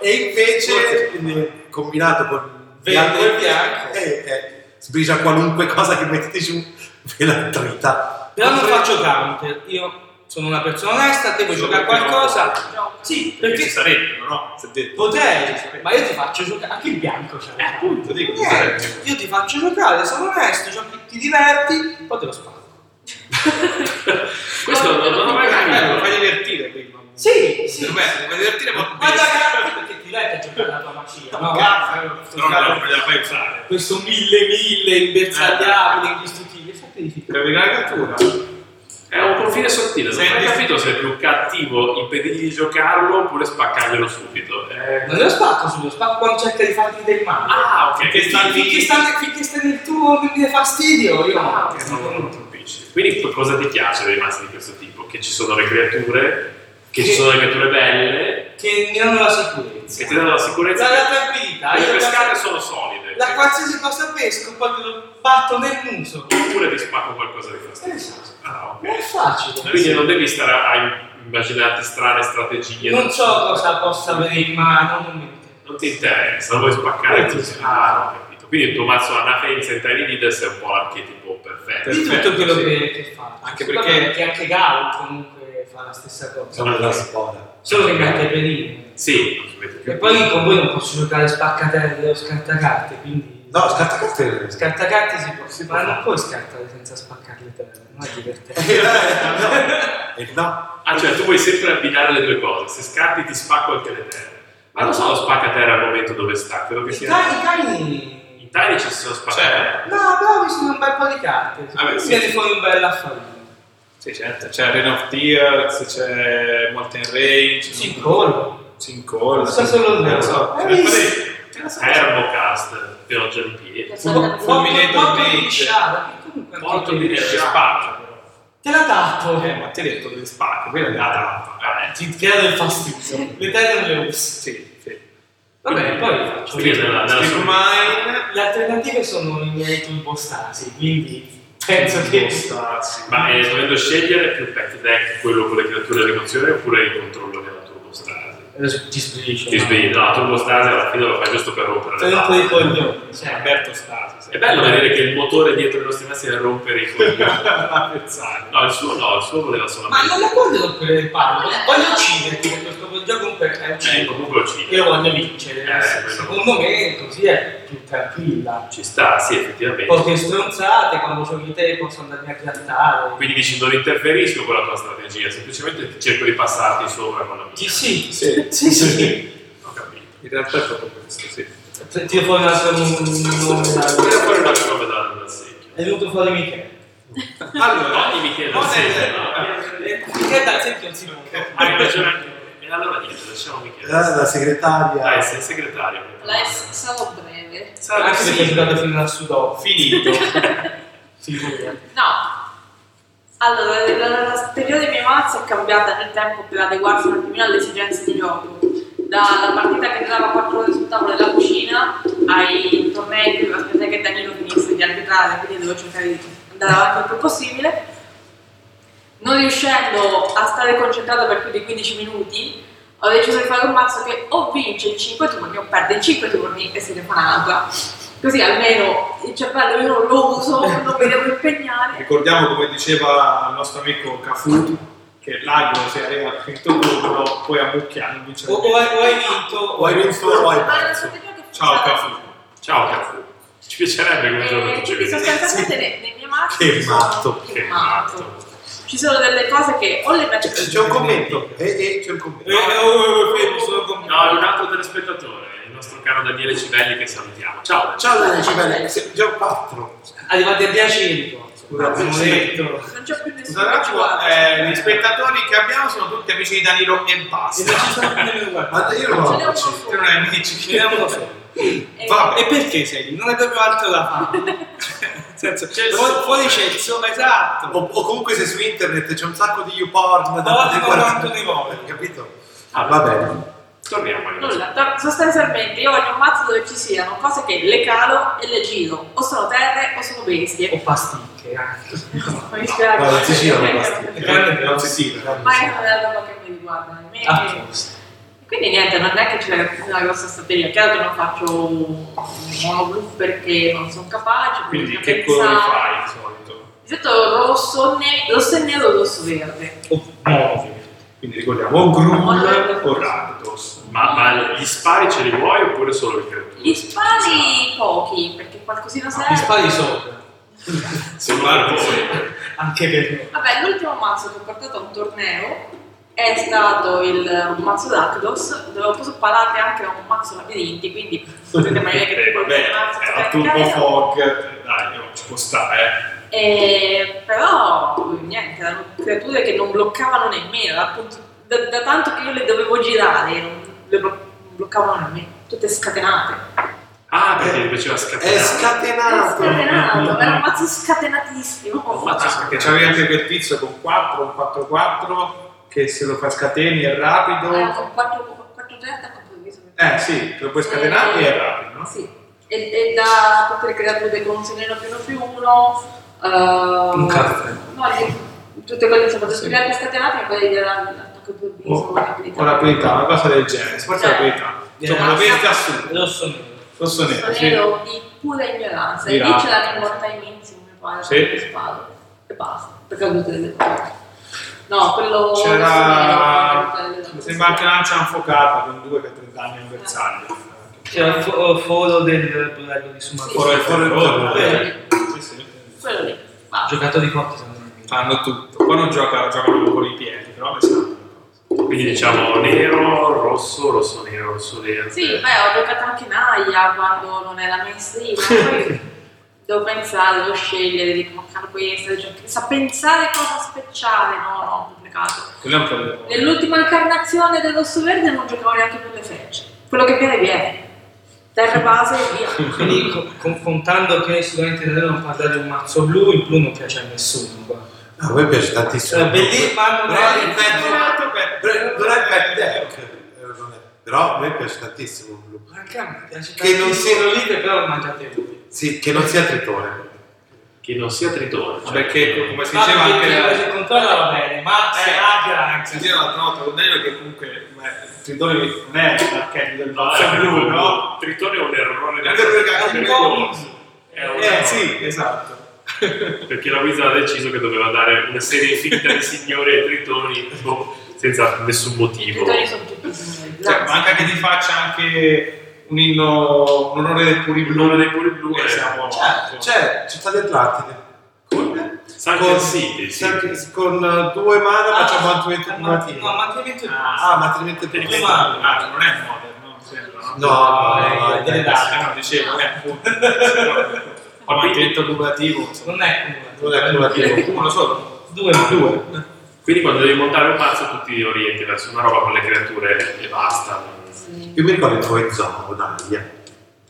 E invece, Forse- quindi, combinato con Verde bianco e bianco. eh, eh, sbricia qualunque cosa che mettete giù, ve la trita. Però non faccio counter, io sono una persona onesta, devo Sì, giocare a perché no? qualcosa. Sì, Perché ci perché sarebbero, no? Se detto. potrei, ma io ti faccio giocare, anche il bianco c'è. Eh, appunto, dico, ci Niente, sarebbero. io ti faccio giocare, sono onesto, cioè, ti diverti, poi te lo sparo. Questo non non l'ho mai Eh, lo capito. fai divertire prima. Sì, Sì, sì. lo fai divertire, ma Guarda cazzo, perché ti diverte giocare alla tua macchina, no? No, no, non me la fai usare. Questo mille mille imbersagliabile, indistruttibile, sempre di figlio. Gravi la cattura. È un confine sottile, non ho mai Senti- capito se è più cattivo impedirgli di giocarlo oppure spaccarglielo subito. Eh, Non lo spacco sullo spacco quando cerca di farti del male. Ah, ok. Che sta lì. Finché sta, finché sta nel tuo mi dà fastidio, io Ah, ok, non non colpisci. Quindi co- cosa ti piace dei mazzi di questo tipo? Che ci sono le creature, che ci Sì. sono le creature belle, che mi danno la sicurezza. che ti danno la sicurezza. La, la tranquillità, Le io pescate la, sono solide. la qualsiasi cosa pesco, poi te lo batto nel muso. Oppure ti spacco qualcosa di fastidioso. Esatto. Ah, Non è ok. facile. Quindi non devi stare a a immaginarti strane strategie. Non so cosa possa avere in mano, non mi interessa. Non ti interessa, non vuoi spaccare. Non ti tutto. Ah, ho capito. Quindi il tuo mazzo Anafenza in Tiny Leaders è un po' l'archetipo perfetto. Di Perfetto, tutto quello sì. che, che fa. Anche Secondo perché- me Perché anche Gal comunque fa la stessa cosa. Sono della spoda. Solo che mette perino. Sì, non ci metti più. E poi con voi non posso giocare spaccatelle o scartacarte, quindi... No, scarta cartelle. Scartacarte si può, ma non puoi scartare senza spaccare le terre, non è divertente. Eh, no. Eh, no. Ah, cioè tu vuoi sempre abbinare le due cose. Se scappi ti spacco anche le terre. Ma non sono spacca terra al momento dove sta, credo che I sia. cani, i cani... In Italia ci sono spacca terra. No, però mi sono un bel po' di carte. Ah, beh, mi sì. viene fuori un bel affare. Sì, certo. C'è Rain of Tears, c'è Molten Rain, c'è Sì, col. Cincolla. Sta solo Non il lo so. Eh, Poi- sì. Termocast, pioggia di piedi. Fulminante Porto di invece. lisciata, che comunque è un Porto po' di Eh, le lisciata. spacca, però. Te la tappo. Eh, ma ti ho detto delle spacche, quella è La la tappa. vabbè. Ti crea del fastidio. Le terre non le uso. Sì, sì. Vabbè, poi faccio Quindi nella- nella Steve sua- Mine. Le alternative sono i miei turbostasi, quindi penso che... Ma eh, dovendo scegliere più pet deck quello con le creature dell'emozione oppure il controllo della turbostasi? Adesso ti sbrigio. Ti svegli, no, la turbostasi alla fine lo fai giusto per rompere Sei le un po' di palle. coglione. Cioè, Alberto Stasi. sì. È bello vedere che il motore dietro i nostri massi è rompere i coglioni. a pensare. No, il suo no, il suo voleva ma solamente... non la voglio rompere le palle, voglio ucciderti, perché questo videogioco comunque è Eh, uccidere. comunque uccide. Io voglio vincere, Eh, quello- secondo me così è più tranquilla. Ci sta, sì, effettivamente. Poche stronzate, quando giochi te posso andarmi a piantare. Quindi dici non interferisco con la tua strategia, semplicemente cerco di passarti sopra con la mia. Sì, sì, Sì. sì, sì. Ho capito. In realtà è proprio questo, sì. Tiro fuori un altro nome Tira da- fuori Cioè, una roba dal, dal secchio. È venuto fuori Michele. Allora, Ogni Michele no, dal secchio, eh, no? Michele dal secchio non si muove. Hai ragione. E allora niente, lasciamo Eh, Michele. La segretaria. Dai, sei il segretario. La S sarò breve. Sarà Anche se è così. giocato fino al sudò. finito. Figurati. No. Allora, la, la, la teoria dei miei mazzi è cambiata nel tempo per adeguarsi un attimino alle esigenze di gioco. Dalla partita che durava 4 ore sul tavolo della cucina ai tornei in cui aspettai che Danilo finisse di arbitrare, quindi dovevo cercare di andare avanti il più possibile. Non riuscendo a stare concentrato per più di 15 minuti, ho deciso di fare un mazzo che o vince in 5 turni o perde in 5 turni e se ne fa un'altra. Così almeno il cervello io non lo uso, non mi devo impegnare. Ricordiamo come diceva il nostro amico Cafu che l'agro se arriva al quinto turno poi a mucchia non vince O, o hai, o hai vinto, o hai vinto. o hai Allora, perso? sapete Ah, che Ciao funziona? Cafu. Ciao, Cafu. Ci piacerebbe come giorno Eh, tu ci quindi vedi. sostanzialmente nei, nei miei mazzi Che ci sono- matto, che Che matto. matto. Ci sono delle cose che o le metto C'è c'è un commento. E, e c'è un commento. Eh, eh, oh, eh, fermi, sono con- No, è un altro telespettatore, il nostro caro Daniele Civelli che salutiamo. Ciao. Ciao Daniele Cibelli, siamo già quattro. Arrivati a 10 Scusa, abbiamo sì. detto. non c'è più nessuno Scusate un che ci guarda. attimo, eh, gli spettatori che abbiamo sono tutti amici di Danilo e E basta. non ci sono più nemmeno guardati. Ma io non Ce ho n'è uno amici. Te solo. non hai amici. Ci vediamo da solo. Eh, Vabbè. E perché sei lì? Non hai proprio altro da fare. Nel senso, fu- fuori c'è il sole, esatto. O, o comunque se su internet c'è un sacco di YouPorn da Guardi poter quanto guardare. ne vuoi. capito? Ah, va bene. Torniamo ai nostri. Nulla, tra- sostanzialmente io voglio un mazzo dove ci siano cose che le calo e le giro, o sono terre o sono bestie. O pasticche anche. Mi dispiace. No, non si girano le pasticche. Grande, non si tira. Ma è una roba che mi riguarda nemmeno. Apposta. Quindi niente, non è che c'è una grossa strategia, chiaro che non faccio un monoblu perché non sono capace, Quindi perché che colore pensavo- fai di solito? Di solito rosso, ne- rosso e nero, rosso e verde. O nuovi. Quindi ricordiamo o Grul o Rakdos. Ma, ma gli spari ce li vuoi oppure solo le creature? Gli spari pochi, perché Ah, qualcosina serve. Gli spari sopra. Solo per voi. Anche per noi. Vabbè, l'ultimo mazzo che ho portato a un torneo è stato il mazzo d'Actos, dove ho preso parate anche a un mazzo labirinti, quindi potete immaginare che Eh, tipo vabbè, il mazzo era poteva turbo cambiare. fog, eh, dai, no, ci può stare. Eh, però niente, erano creature che non bloccavano nemmeno, appunto, da, da tanto che io le dovevo girare, non le blo- non bloccavano nemmeno, tutte scatenate. Ah, perché mi piaceva scatenare. È scatenato. Scatenato, era un mazzo scatenatissimo. Un mazzo Perché scatenato. c'avevi anche quel tizio con 4, un 4-4 che se lo fa scateni è Eh, Ah, rapido. 430 compromesso. Eh sì, te lo puoi scatenare e è rapido, no? Eh, Sì, e, e da tutte le creature con se ne era più uno più uno. eh, Un caffè. No, gli- tutte quelle insomma, da studiare scatenate e poi era l'attacco più O, viso, o l'abilità, una cosa del genere, forse Cioè, l'abilità. Insomma, una bestia assurda. Rosso e nero. Rosso nero, sì. nero di pura ignoranza. Di E lì razza. ce l'hanno morta in mezzo, mi pare, Sì. con le spade. E basta, perché ho avuto delle cose. No, quello... C'era. rosso nero, Mi sembra anche lancia infuocata con 2 che 30 anni in bersaglio. C'era il fo- foro del bordello di Summa. Sì. Foro e foro e foro. Quello eh. Sì, sì. quello lì, basta. Giocato di forte secondo me. Fanno tutto. Poi non giocano, giocano con i piedi, però le sanno. Quindi diciamo nero, rosso, rosso, nero, rosso, verde. Sì, beh, ho giocato anche in AIA quando non era mainstream, poi devo pensare, devo scegliere, di come fare questa, cioè, sa pensare cosa speciale, no, no, complicato. Quello è un problema. Nell'ultima incarnazione del rosso verde non giocavo neanche con le frecce, quello che viene viene, terra base e via. Quindi co- confrontando che sicuramente da noi non parlare di un mazzo blu, il blu non piace a nessuno qua. No, a me piace tantissimo. Eh, bellissimo, ma non Però è- il pet- Donato per- pre- non è pet deck. Eh, non è. Però a me piace tantissimo il blu. Anche a me piace Che non tantissimo sia- il libro, però lo mangiate voi. Sì, che non sia tritone. Che non sia tritone. cioè- Perché come si Ma diceva anche perché la- se controlla va bene, ma Eh. se agra anche. si diceva l'altra volta con Daniel che comunque beh, Tritone non è l'archetipo del No, mazzo è blu, proprio- no? Ah, ecco, Tritone è un errore È un errore che ha del commesso. È un errore. Eh sì, esatto. Perché la Wizard ha deciso che doveva dare una serie infinita di signori ai tritoni boh, senza nessun I motivo. tutori sono tutti signori, Cioè, grazie. manca che ti faccia anche un inno, un onore del puri blu. Esatto. L'onore dei puri blu e è- siamo Cioè, C'è, c'è Eh, Città dell'Atlantide. Con? Sunken City, sì. Sunken- con, eh, due mani Ah, facciamo un ma- twenty- una No, team. ma che vinto Ah, ma ti mette Eh, prima. questo- ah, non è modern, no? Mi sembra, no? No, no, eh, no, delle eh, date, sì. no, dicevo, eh, appunto. Ma mantenimento cumulativo, insomma. Non è cumulativo. Non è cumulativo. Eh, Uno solo. Due due. Quindi quando devi montare un mazzo tu ti orienti verso una roba con le creature e basta. Sì. Io mi ricordo il tuo Zomo, Dalia.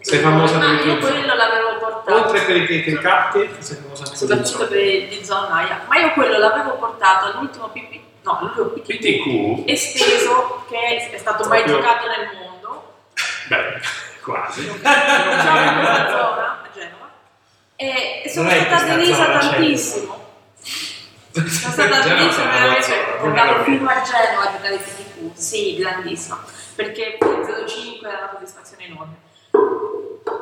Sei famosa Ma per Ah, io il tuo- quello l'avevo portato. Oltre per i che che capti, che sembra sempre soprattutto per il Zonaya, ma io quello l'avevo portato all'ultimo PP, no, all'ultimo PPT PTQ? esteso che è stato mai Proprio- giocato nel mondo, Beh, quasi. diciamo in questa zona a Genova, e, e sono Non è stata questa delisa zona, cioè, tantissimo. Sono stata Genova delisa è una veramente, zona, ho non giocato è fino a Genova a giocare PPT, sì, grandissima, perché il 05 era una soddisfazione enorme.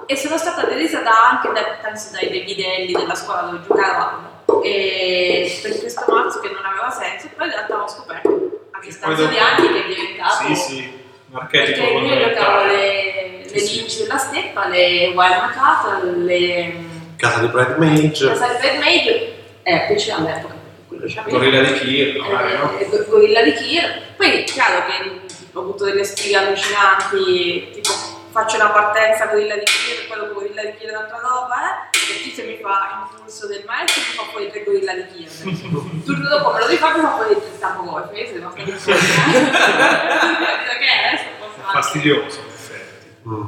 E sono stata delisa da- anche da, penso dai dei bidelli della scuola dove giocavamo e per questo mazzo che non aveva senso, poi in realtà ho scoperto a distanza dopo- di anni che è diventato Sì, sì, un archetipo perché io giocavo fondamentale. le, le Sì, sì. lince della steppa, le wild macata, le Casa di Brad Mage. caselle per mage, eh, poi c'era all'epoca quello c'avevo. Gorilla Diciamo di Kir, magari, no? Eh, eh, gorilla di Kir. Poi è chiaro che ho avuto delle sfide allucinanti, tipo faccio una partenza gorilla di Kir, poi dopo gorilla di Kir è un'altra roba, eh, e il tizio mi fa impulso del maestro mi fa fuori tre gorilla di Kir. Il turno dopo me lo rifà mi fa fuori il tapogolf, io sono rimasta in shock. Ok, adesso posso È anche- fastidioso, in effetti. Mm.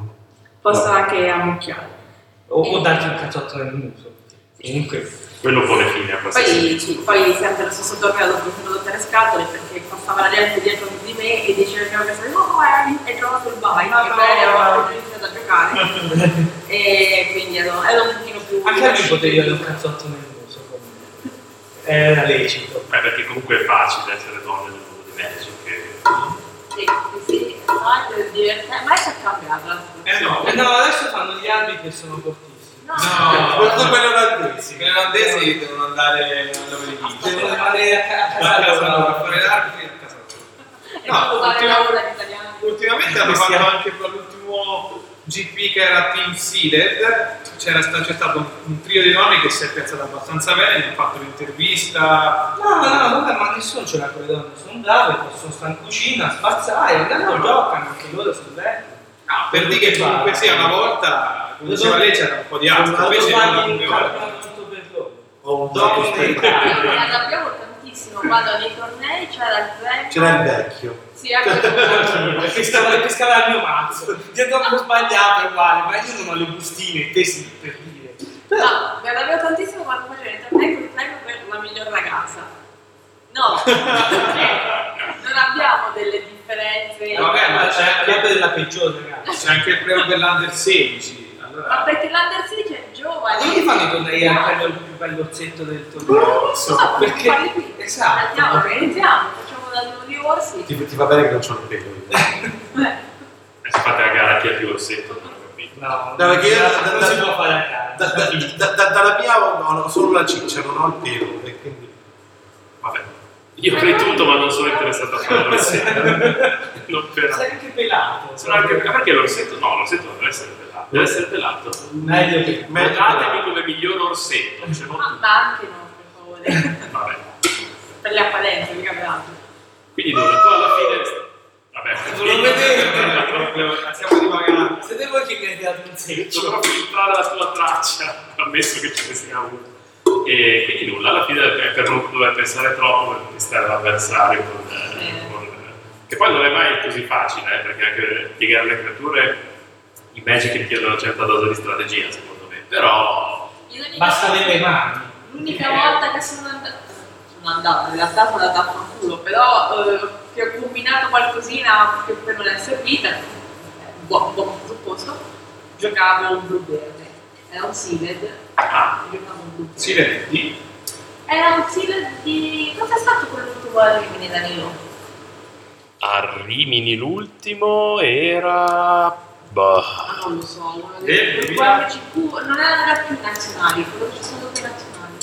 posso anche ammucchiare. O, o darti un cazzotto nel muso. Comunque, Quello pone fine a qualsiasi Poi, sì, poi sempre lo stesso torneo dopo mi sono rotte le scatole perché passava la gente dietro di me e diceva che avevo pensato, oh, è, è trovato il bike, Ah, che no. bello, avevo iniziato a giocare. e quindi ero, ero un pochino più... Anche a me potevi avere un cazzotto nel muso. comunque. Era lecito. Beh, perché comunque è facile essere donne nel mondo di Belgio. Che... Sì, sì, no, è divertente, ma è che è cambiata. eh no, Eh no, adesso fanno gli arbitri che sono fortissimi. No, No. Guarda quelli olandesi. i finlandesi devono andare a Devono domenica. andare a A casa loro, a casa. fare l'arbitro e a casa loro. è no, come fare ultima- la ora in italiano. Ultimamente hanno fatto anche con l'ultimo GP che era Team Seeded, c'era sta- c'è stato un- un trio di nomi che si è piazzato abbastanza bene, gli hanno fatto l'intervista. No, no, no, vabbè, ma nessuno ce l'ha con le donne, sono brave, possono stare in cucina, spazzare, andando giocano, anche loro sono belli. Ah, per dire che comunque sia una volta, come diceva lei, c'era un po' di altro, Sono invece andato a fare non un campionato tutto per loro. Ho un Dopo dopo dei- Noi ne abbiamo tantissimo, quando nei tornei c'era il vecchio. C'era il vecchio. Sì, ecco. Perché stava che pescava il mio mazzo, dietro ho sbagliato è uguale, ma io non ho le bustine, te sì, per dire. Però, No, ne avevo tantissimo quando facevo il torneo con il premio per Ecco, la miglior ragazza. No, perché non abbiamo delle Eh, differenze. No, vabbè, ma c'è la anche- rabbia della peggiore, ragazzi. C'è anche il premio dell'Under 16. Allora, Ma perché l'Under 16 è Esatto. Ma giornale. dove fanno i tornei No. a quello il più bellozzetto del torneo? Scusa, Perché- perché fare qui? esatto. Andiamo, organizziamo, facciamo da due di orsi. Ti, ti va bene che non c'ho il pelo. io. Eh, E se fate la gara chi ha più orsetto, non ho capito. No, No, perché io- non da- si da- può fare a casa. Da- da- da- da- dalla mia ho, ho- ho solo la ciccia, non ho il pelo. E quindi... Vabbè. Io avrei tutto, ma non sono interessato a fare l'orsetto. non per... Sei anche pelato. Sono anche... ma Perché l'orsetto? No, l'orsetto non deve essere pelato. Deve essere pelato. Meglio che... Meglio Votatemi come miglior orsetto. Cioè, non Ma tutti. anche no, per favore. Vabbè. per le apparenze, mica per altro. Quindi Dora, tu alla fine... Vabbè. Non lo vedete. siamo di pagare. Se devo che mi hai dato un seccio. Dovrò filtrare la tua traccia, ammesso che ce ne sia una. E quindi nulla, alla fine è per non dover pensare troppo per conquistare l'avversario. con- eh, Sì. con- eh, che poi non è mai così facile, eh, perché anche piegare le creature, i magic richiedono una certa dose di strategia, secondo me. Però In ogni Basta caso- avere le mani. L'unica volta che sono andata, sono andata, in realtà sono andata a culo, però eh, che ho combinato qualcosina che poi non è servita, eh, buon, buon presupposto, giocavo un blu verde, era un sealed, ah, giocavo un blu Si vedi? Era un sealed di... cosa è stato quello che vuole rimanere da nero? A Rimini l'ultimo era... boh. Bah. Ma Ah, non lo so, uno Eh, dei quel via. QRCQ, non era più nazionali, quello ci sono due nazionali.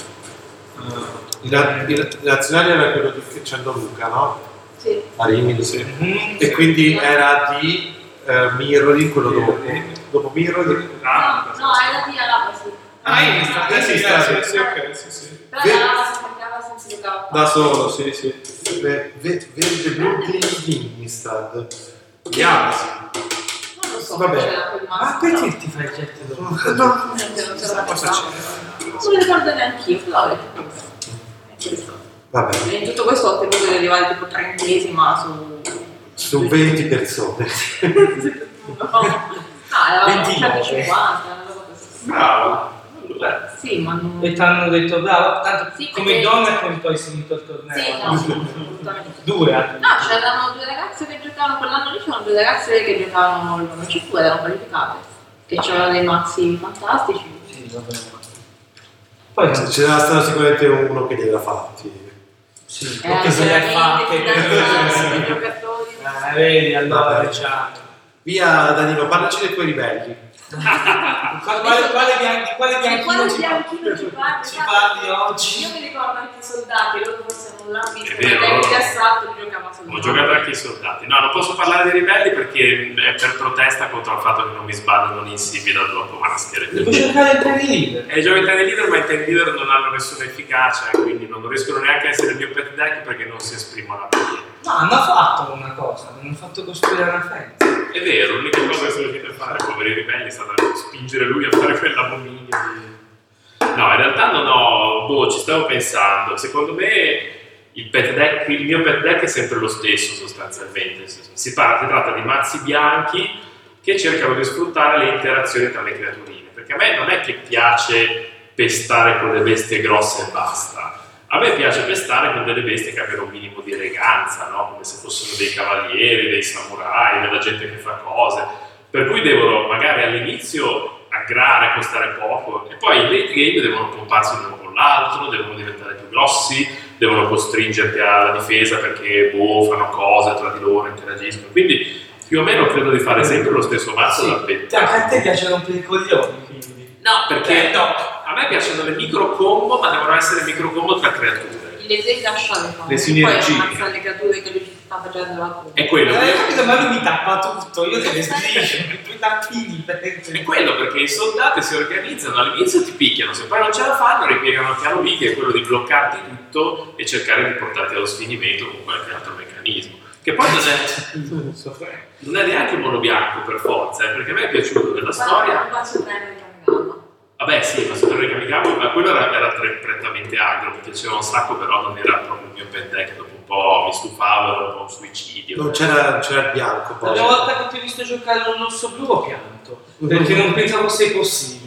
Ah. Il, na- il nazionale era quello di Gianluca, no? Sì. A Rimini. Mhm. E quindi era di eh, Miroli, quello dopo. Dopo Miroli. Ah, no, no, era di Alaba, sì. Ah, io mi sta- eh, sì, sta- sì, sì, ok, sì, sì. Però Alaba si staccava senza giocare. Da solo, sì, sì. Ve- ve- Verde blu Vinistad. Chiamasi. Non lo so, Vabbè. c'era quel Ma maschio. perché ti fai certe domande? No, Non Chissà cosa c'è. Non mi ricordo neanche io, però vabbè. Vabbè, In tutto questo ho ottenuto di arrivare tipo trentesima su... su 20 persone. No, eravamo 29. 50, una roba così. Bravo. Sì, ma non... E ti hanno detto bravo, tanto Sì, come perché- donna e come poi si vinto il Sì, torneo. no, sì, assolutamente. Due hanno No, c'erano due ragazze che giocavano quell'anno lì, c'erano due ragazze che giocavano il non c erano qualificate, che c'erano dei mazzi fantastici. Sì, vabbè. Poi non Ce n'era stato sicuramente uno che li aveva fatti. Sì, Eh, che se l'hai fatte. finanziati, dei giocatori. Eh, vedi, allora diciamo. Vabbè. già. Via Danilo, parlaci dei tuoi ribelli. Quale, quale, quale, bian- di quale E quando bianchino ci parli? Bianchino ci parli, Ci sa- parli oggi? Io mi ricordo anche i soldati, loro forse non l'hanno visto, È vero, perché no? il cassato giocava ho soldati. giocato anche i soldati. No, non posso parlare dei ribelli perché mh, è per protesta contro il fatto che non mi sbadano l'insipida dopo maschere. Devo cercare il training leader. E gioco in ten leader, ma i ten leader non hanno nessuna efficacia, e quindi non riescono neanche a essere il mio pet deck perché non si esprimono bene. No, hanno fatto una cosa, hanno fatto costruire una fence. È vero, l'unica cosa che sono riuscito a fare, poveri ribelli, è stata spingere lui a fare quell'abominio. di- No, in realtà non ho, boh, ci stavo pensando. Secondo me il, pet deck, il mio pet deck è sempre lo stesso sostanzialmente. Nel senso, Si, parla- si tratta di mazzi bianchi che cercano di sfruttare le interazioni tra le creaturine. Perché a me non è che piace pestare con le bestie grosse e basta. A me piace pestare con delle bestie che abbiano un minimo di eleganza, no? come se fossero dei cavalieri, dei samurai, della gente che fa cose. Per cui devono magari all'inizio aggrare, costare poco, e poi in late game devono comparsi l'uno con l'altro, devono diventare più grossi, devono costringerti alla difesa perché boh, fanno cose tra di loro, interagiscono. Quindi più o meno credo di fare sempre lo stesso mazzo Ah, Sì. da Te- Anche a te pettare. piace rompere i coglioni, quindi. No, Perché perché no. a me piacciono le micro combo, ma devono essere micro combo tra creature. Le devi lasciare fare. Le Poi sinergie. ammazza le creature che lui sta facendo la cura. È quello. Eh, capito, ma lui mi tappa tutto, io te ne striscio, mi puoi tappini per È quello perché i soldati si organizzano all'inizio ti picchiano, se poi non ce la fanno ripiegano al piano B che è quello di bloccarti tutto e cercare di portarti allo sfinimento con qualche altro meccanismo. Che poi non è, non è neanche mono bianco per forza, eh, perché a me è piaciuto della Guarda, storia. non faccio prendere il camminano. Vabbè sì, ma sono Kamikami, ma quello era, era tre- prettamente agro, mi piaceva un sacco, però non era proprio il mio pentec, dopo un po' mi stufavo, era un po' un suicidio. Non c'era, non c'era il bianco La poi. prima volta che ti ho visto giocare un rosso blu ho pianto, perché non pensavo fosse possibile.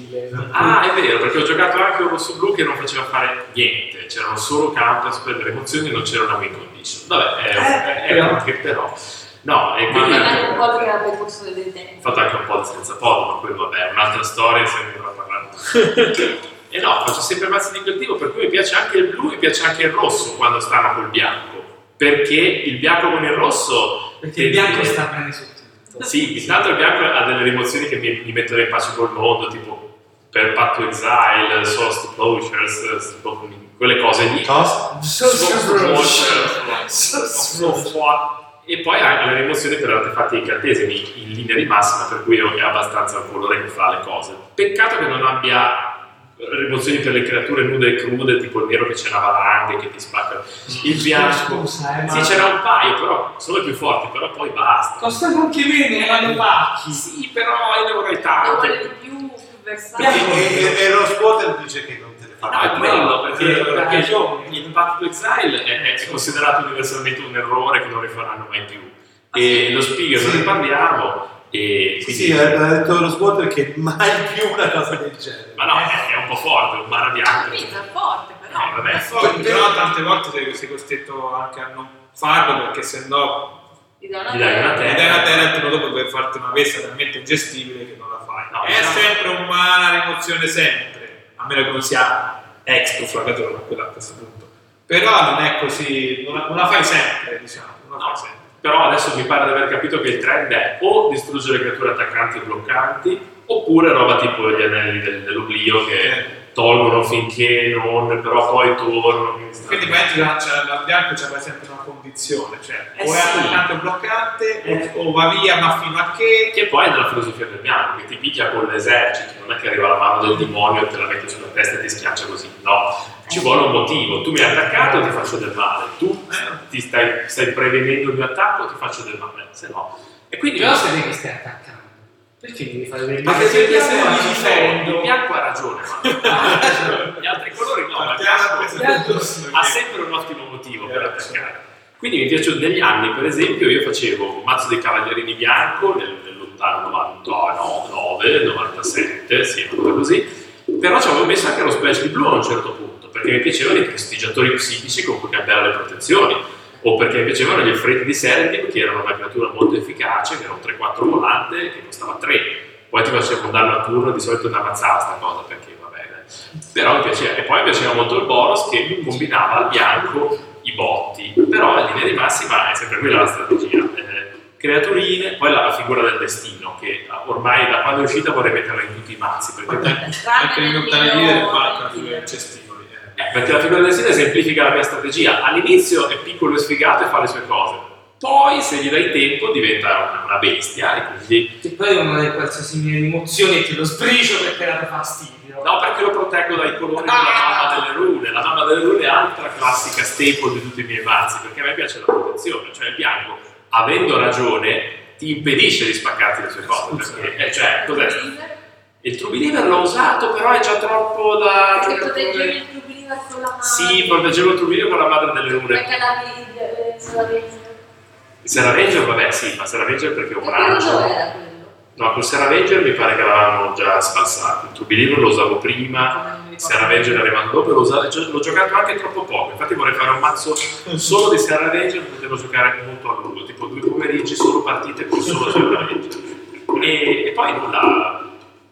Ah, è vero, perché ho giocato anche un rosso blu che non faceva fare niente, c'erano solo counters per le emozioni, non c'era una win condition. Vabbè, è, Eh, è però. anche però. No, e quindi Magari un po' ho perché era per corso delle idee. fatto anche un po' di senza poco, ma quello vabbè, è un'altra storia se ne dovrà parlare. e no, faccio sempre mazzi di quel tipo, per cui mi piace anche il blu e mi piace anche il rosso quando stanno col bianco. Perché il bianco con il rosso. Perché il bianco sta bene su tutto. Sì, intanto il bianco ha delle rimozioni che mi, mi mettono in pace col mondo, tipo per Patto Exile, Source Closures, tipo quelle cose lì. Cosa? E poi ha le rimozioni per artefatti incantesimi in linea di massima, per cui è abbastanza un colore che fa le cose. Peccato che non abbia rimozioni per le creature nude e crude, tipo il nero che c'è la valanga che ti spacca. Il bianco. Scusa, eh, ma Sì, c'era un paio, però sono i più forti, però poi basta. costano anche meno, erano pacchi. Ah, Sì, però io devo Io tante. voglio di più, più versatile. Perché- E, e- e lo squatter dice che non te ne fa No, è niente. quello, perché, Eh, perché ragione. il Path to Exile è, è considerato universalmente un errore che non rifaranno mai più. E lo spiego, non Sì. ne parliamo. E Sì, quindi, sì, eh, ha detto lo squatter che mai più una cosa del genere. ma no, è, è un po' forte, un mara bianco. Capito, è forte però. Eh, vabbè. Poi, però tante volte sei- sei costretto anche a non farlo perché sennò Ti dà una Ti dai una terra. terra. eh. dai una terra e dopo puoi farti una vesta talmente ingestibile che non la fai. No, diciamo- è no. sempre una rimozione, sempre, a meno che non sia extra flagatore, ma quella a questo punto. Però non è così, non la, non la fai sempre, diciamo, non la No. fai sempre. Però adesso mi pare di aver capito che il trend è o distruggere creature attaccanti e bloccanti, oppure roba tipo gli anelli del- dell'oblio che tolgono finché non, però poi tornano. quindi- Quindi penso che la bianco c'è sempre una condizione, cioè Eh o è sì. Eh. attaccante o bloccante, o, o va via ma fino a che... Che poi è nella filosofia del bianco, che ti picchia con l'esercito, non è che arriva la mano del demonio e te la mette sulla testa e ti schiaccia così, no. Ci vuole un motivo, tu mi hai attaccato ti faccio del male, tu eh, ti stai, stai prevenendo il mio attacco ti faccio del male, se no. E quindi Però se devi stai attaccando, perché devi fare delle Ma se il bianco ha ragione, il difendo? bianco ha ragione, ma- gli altri colori no, ma il bianco ha sempre un ottimo motivo per attaccare. Quindi mi piace negli anni, per esempio, io facevo un mazzo dei cavalierini bianco nel, nel lontano 99, 97, sì, una cosa così. Però ci avevo messo anche lo splash di blu a un certo punto, perché mi piacevano i prestigiatori psichici con cui cambiare le protezioni, o perché mi piacevano gli effetti di Serendip, che erano una creatura molto efficace, che era un 3-4 volante, che costava 3. Poi ti faceva condanno a turno, di solito ti ammazzava sta cosa, perché va bene. Però mi piaceva, e poi mi piaceva molto il Boros che combinava al bianco i botti, però in linea di massima è sempre quella la strategia. eh, creaturine, poi la, la figura del destino, che ormai da quando è uscita vorrei metterla in tutti i mazzi, perché, Anche il mio- lontaniere del parco è cestino. eh. eh, perché la figura del destino semplifica la mia strategia. All'inizio è piccolo e sfigato e fa le sue cose, poi se gli dai tempo diventa una, una bestia e quindi... Che poi non hai qualsiasi mia emozione e te lo sbricio perché era fastidio. No, perché lo proteggo dai colori Ah. della mamma delle rune. La mamma delle rune è altra classica staple di tutti i miei mazzi, perché a me piace la protezione, cioè il bianco, avendo ragione, ti impedisce di spaccarti le sue cose. Perché, eh, cioè, cos'è? Il True Believer l'ho usato, però è già troppo da. Perché proteggevi il turbino con la mano. Sì, proteggevo il True Believer con la madre delle rune. Perché la vedi sulla vedi. Sera Ranger, vabbè, sì, ma Sera Ranger perché è un orange. era quello? No, con Sera Ranger mi pare che l'avevamo già spalsato. Il True Believer lo usavo prima. Come Ranger arrivando dopo, l'ho, usato- gio- l'ho giocato anche troppo poco, infatti vorrei fare un mazzo solo di Sierra Ranger, potevo giocare molto a lungo, tipo due pomeriggi, solo partite con solo Sierra Ranger. E, e poi nulla,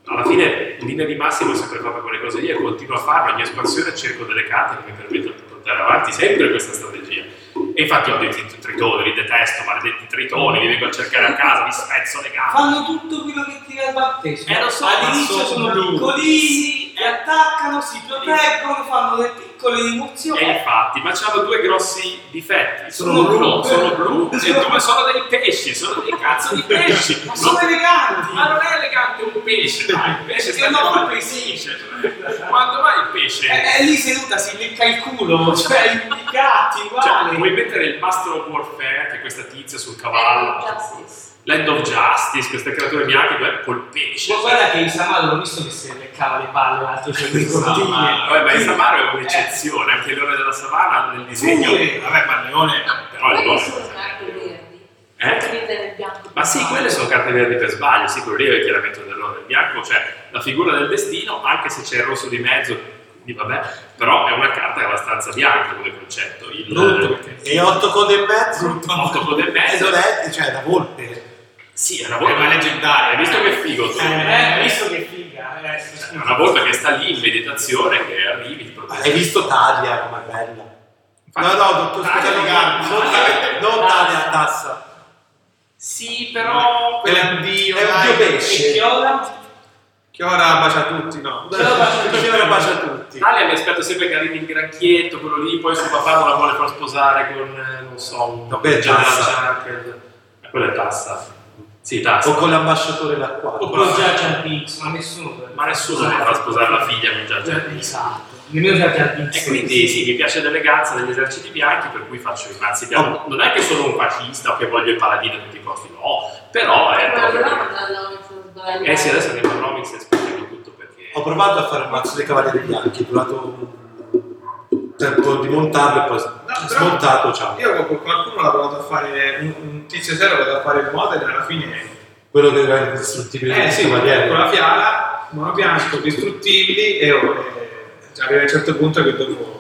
alla fine in linea di massima ho sempre fatto quelle cose lì e continuo a farlo, ogni espansione cerco delle carte che mi permettono di portare avanti sempre questa strategia. E infatti ho dei tit- tritoni, li detesto, maledetti tritoni, li vengo a cercare a casa, mi spezzo le gambe. Fanno tutto quello che ti dà il battesimo. Eh, lo so, All'inizio ma sono sono brutti. piccolini, e attaccano, si proteggono, fanno delle piccole E dimozioni. infatti, ma c'hanno due grossi difetti. Sono blu. sono blu e due sono dei pesci, sono dei cazzo di pesci. Ma sono Non- eleganti. ma non è elegante un pesce, dai, il pesce sta No, no, ma- pesce. Quando mai il pesce? È, è lì seduta, si lecca il culo, cioè i gatti Cioè, uguali. vuoi mettere il Master of Warfare, che è questa tizia sul Era cavallo, già stesso. l'End of Justice, queste creature bianche, guarda, col pesce. Ma guarda che Isamaro l'ho visto che se leccava le palle l'altro giorno in cortile. Vabbè, eh, ma il Samaro è un'eccezione, anche il leone della savana nel disegno. Pure. Vabbè, ma il leone... Però il Quelli leone. sono anche verdi. Eh? Verde e bianco. Ma sì, quelle sono carte verdi per sbaglio, sì, quello lì è chiaramente un errore. Il bianco, cioè la figura del destino, anche se c'è il rosso di mezzo, quindi vabbè, però è una carta abbastanza bianca come concetto. Il Brutto, perché- E otto code e mezzo. Otto code e mezzo. Ed oretti, cioè la volpe. Sì, è una È una volta leggendaria. Hai visto che figo? tu? Eh, hai visto che figa? Eh, È una volta che sta lì in meditazione, che arrivi, ti Ma Ah, Hai protegge. visto Talia com'è bella? Infatti- no, no, dottor Talia, Spitalo Gambo, non, Talia. non Talia a tassa. Sì, però... Quello è un dio, È un dai, dio E pesce. Chiola? Che ora bacia tutti, no? Dai, Dio la bacia a tutti. Italia mi aspetto sempre che arrivi in granchietto, quello lì, poi suo papà non la vuole far sposare con, eh, non so, un No, beh, General tassa. Junker. Eh, Quella è tassa. Sì, tassa. O con l'ambasciatore d'acqua. Oh. Oppure già Jar Binks, ma nessuno. Ma nessuno ne fa sposare la figlia con Jar Jar Binks. Esatto. Nemmeno già Jar Binks. E quindi sì, mi piace l'eleganza degli eserciti bianchi, per cui faccio i mazzi bianchi. Non è che sono un fascista o che voglio il paladino a tutti i costi, no, però è... Quella là mandava la nostra sbagliata. Eh sì, adesso andiamo a Romics e spieghiamo tutto perché... Ho provato a fare un mazzo dei cavalieri bianchi, ho provato un tempo di montarlo e poi però- smontato, ciao. Io con qualcuno l'ho provato a fare, un, un tizio serio l'ho provato a fare il model e alla fine... Quello che era indistruttibile Eh dei sì, con cavalieri. la fiala, monobianco, distruttibili e oh, eh, arrivi a un certo punto che dopo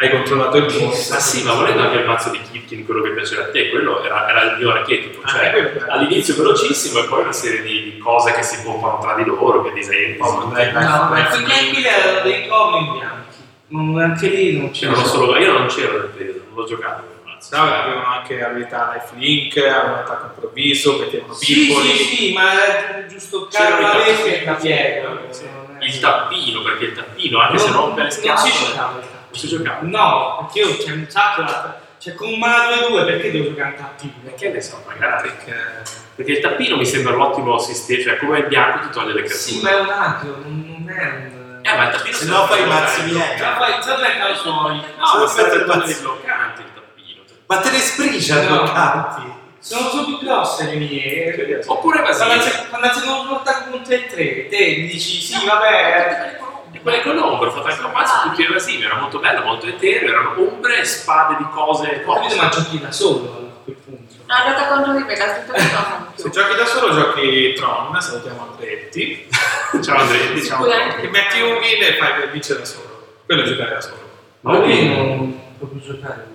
hai controllato il boss. Ma sì, ma volendo anche il mazzo di Kitkin, quello che piaceva a te, quello era, era il mio archetipo, Ah, cioè quello era. all'inizio velocissimo e poi una serie di cose che si pompano tra di loro, che disempano, No, ma quelli qui erano dei goblin bianchi. Non, anche lì non c'era. c'erano solo io non c'ero nel periodo, non l'ho giocato quel mazzo. Sai, avevano anche abilità life link, avevano un attacco improvviso, mettevano Sì, piccoli. sì, sì, ma era giusto C'erano i Carvalese e tappini. Capiego. Sì. Il tappino, perché il tappino, anche se rompe le Non si schiaffole, giocava il non tappino. si giocava. No, perché io c'è un sacco da... Cioè, con Mario 2 perché devo giocare un tappino? Che ne so, magari. Perché- Perché il tappino mi sembra un ottimo sistema, cioè come il bianco ti toglie le creature. Sì, ma è un altro, non, non è un... Eh, ma il tappino Se se no lo fai i puoi mazzi dare. miei. Già fai, già fai i suoi. No, ma Se no fai sarebbe il mazzo. bloccante il tappino. Ma te ne sbriciano No. tanti. Sono solo più grosse le mie. Oppure ma Quando sì, c'è- quando c'è una volta con 3 3, te dici sì, vabbè... Tutte quelle eh, colombe. E quelle con l'ombra, ho fatto anche un mazzo tutti evasivi, era molto bello, molto etereo, erano ombre, spade di cose, Ho capito, cose. ma giochi da solo a quel punto. Ah, No, è andata contro di me, l'ha scritto che non Se giochi da solo giochi Tron, salutiamo Andretti, Ciao Andrea, diciamo. Sicuramente. ti metti un win e fai per vincere da solo. Quello è giocare da solo. Ma Ma lui lui non può più giocare.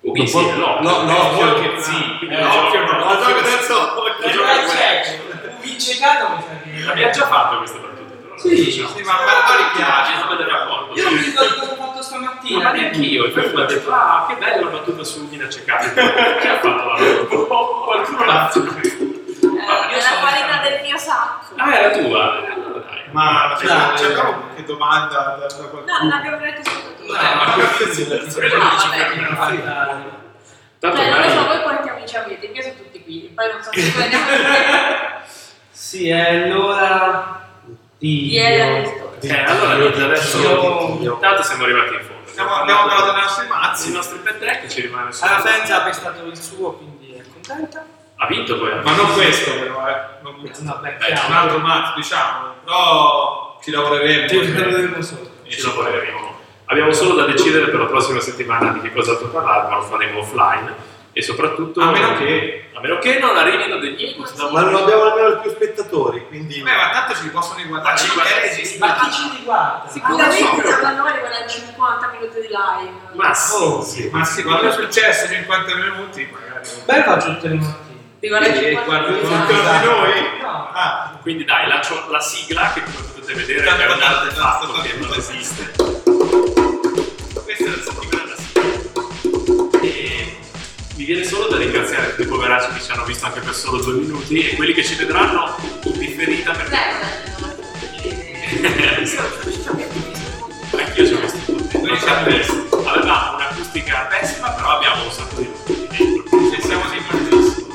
Ubi sì, Un po'- no, no, no, occhio no. che sì, quindi Eh, no, occhio no. no. gioco terzo. Eh, cioè, gioca ma con- c'è, un vince tanto mi sa che... L'abbiamo già fatto questa battuta, però. Sì, Diciamo. Sì, ma magari piace, non me piace. ne accorgo. Io non mi ricordo cosa ho fatto stamattina. Ma neanche io, e poi mi ha detto, ah, che bella la battuta su Mina Ceccato. Che ha fatto la loro? Qualcuno l'ha Eh, io la sono qualità stato- del mio sacco. Ah, era tua? Eh, allora dai. Ma c'è Dai. abbiamo qualche domanda da, da No, non qualcuno? abbiamo detto solo tu. Cioè, No, ma Credo No, che ci vabbè. fermiamo. Guarda, Tanto non lo so, ormai- voi quanti amici avete? Io sono tutti qui. Poi non so se voi ne avete. Sì, è l'ora di... Chi è la storia? Eh, allora niente, adesso Cioè, Io- intanto siamo arrivati in fondo. Siamo, abbiamo parlato dei nostri mazzi, i nostri pentec ci rimane solo. Alla Fenza ha stato il suo, quindi è contenta. Ha vinto poi. ma non questo però, eh. Non questo. No, beh, Beh, È un chiaro. altro mazzo, diciamo. Però ci lavoreremo. Ti ricorderemo solo. ci lavoreremo. Abbiamo solo da decidere per la prossima settimana di che cosa faremo, ma lo faremo offline. e soprattutto A meno che- a meno che non arrivino degli input da Ma non abbiamo nemmeno più spettatori, quindi... Beh, Eh, ma tanto ci li possono riguardare. Ma ci guarda- Eh, sì. Ma chi ci riguarda? Sicuramente so. saranno ore con 50 minuti di live. Ma sì, Oh, sì. Ma sì, quando è successo 50 minuti, magari. Beh, faccio tutte le mattine. Di guardare Eh, 50 guarda, minuti di guarda. live. Di noi? No. Ah, Quindi dai, lancio la sigla che come potete vedere è un artefatto che non esiste. Questa è la settimana sigla. E mi viene solo da ringraziare tutti i poveracci che ci hanno visto anche per solo due minuti e quelli che ci vedranno in differita perché anch'io ci ho visto tutti. Noi siamo adesso. Avevamo un'acustica pessima, però abbiamo un sacco di minuti dentro. E siamo simpatissimi.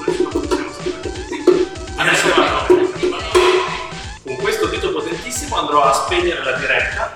Adesso vado. Con questo dito potentissimo andrò a spegnere la diretta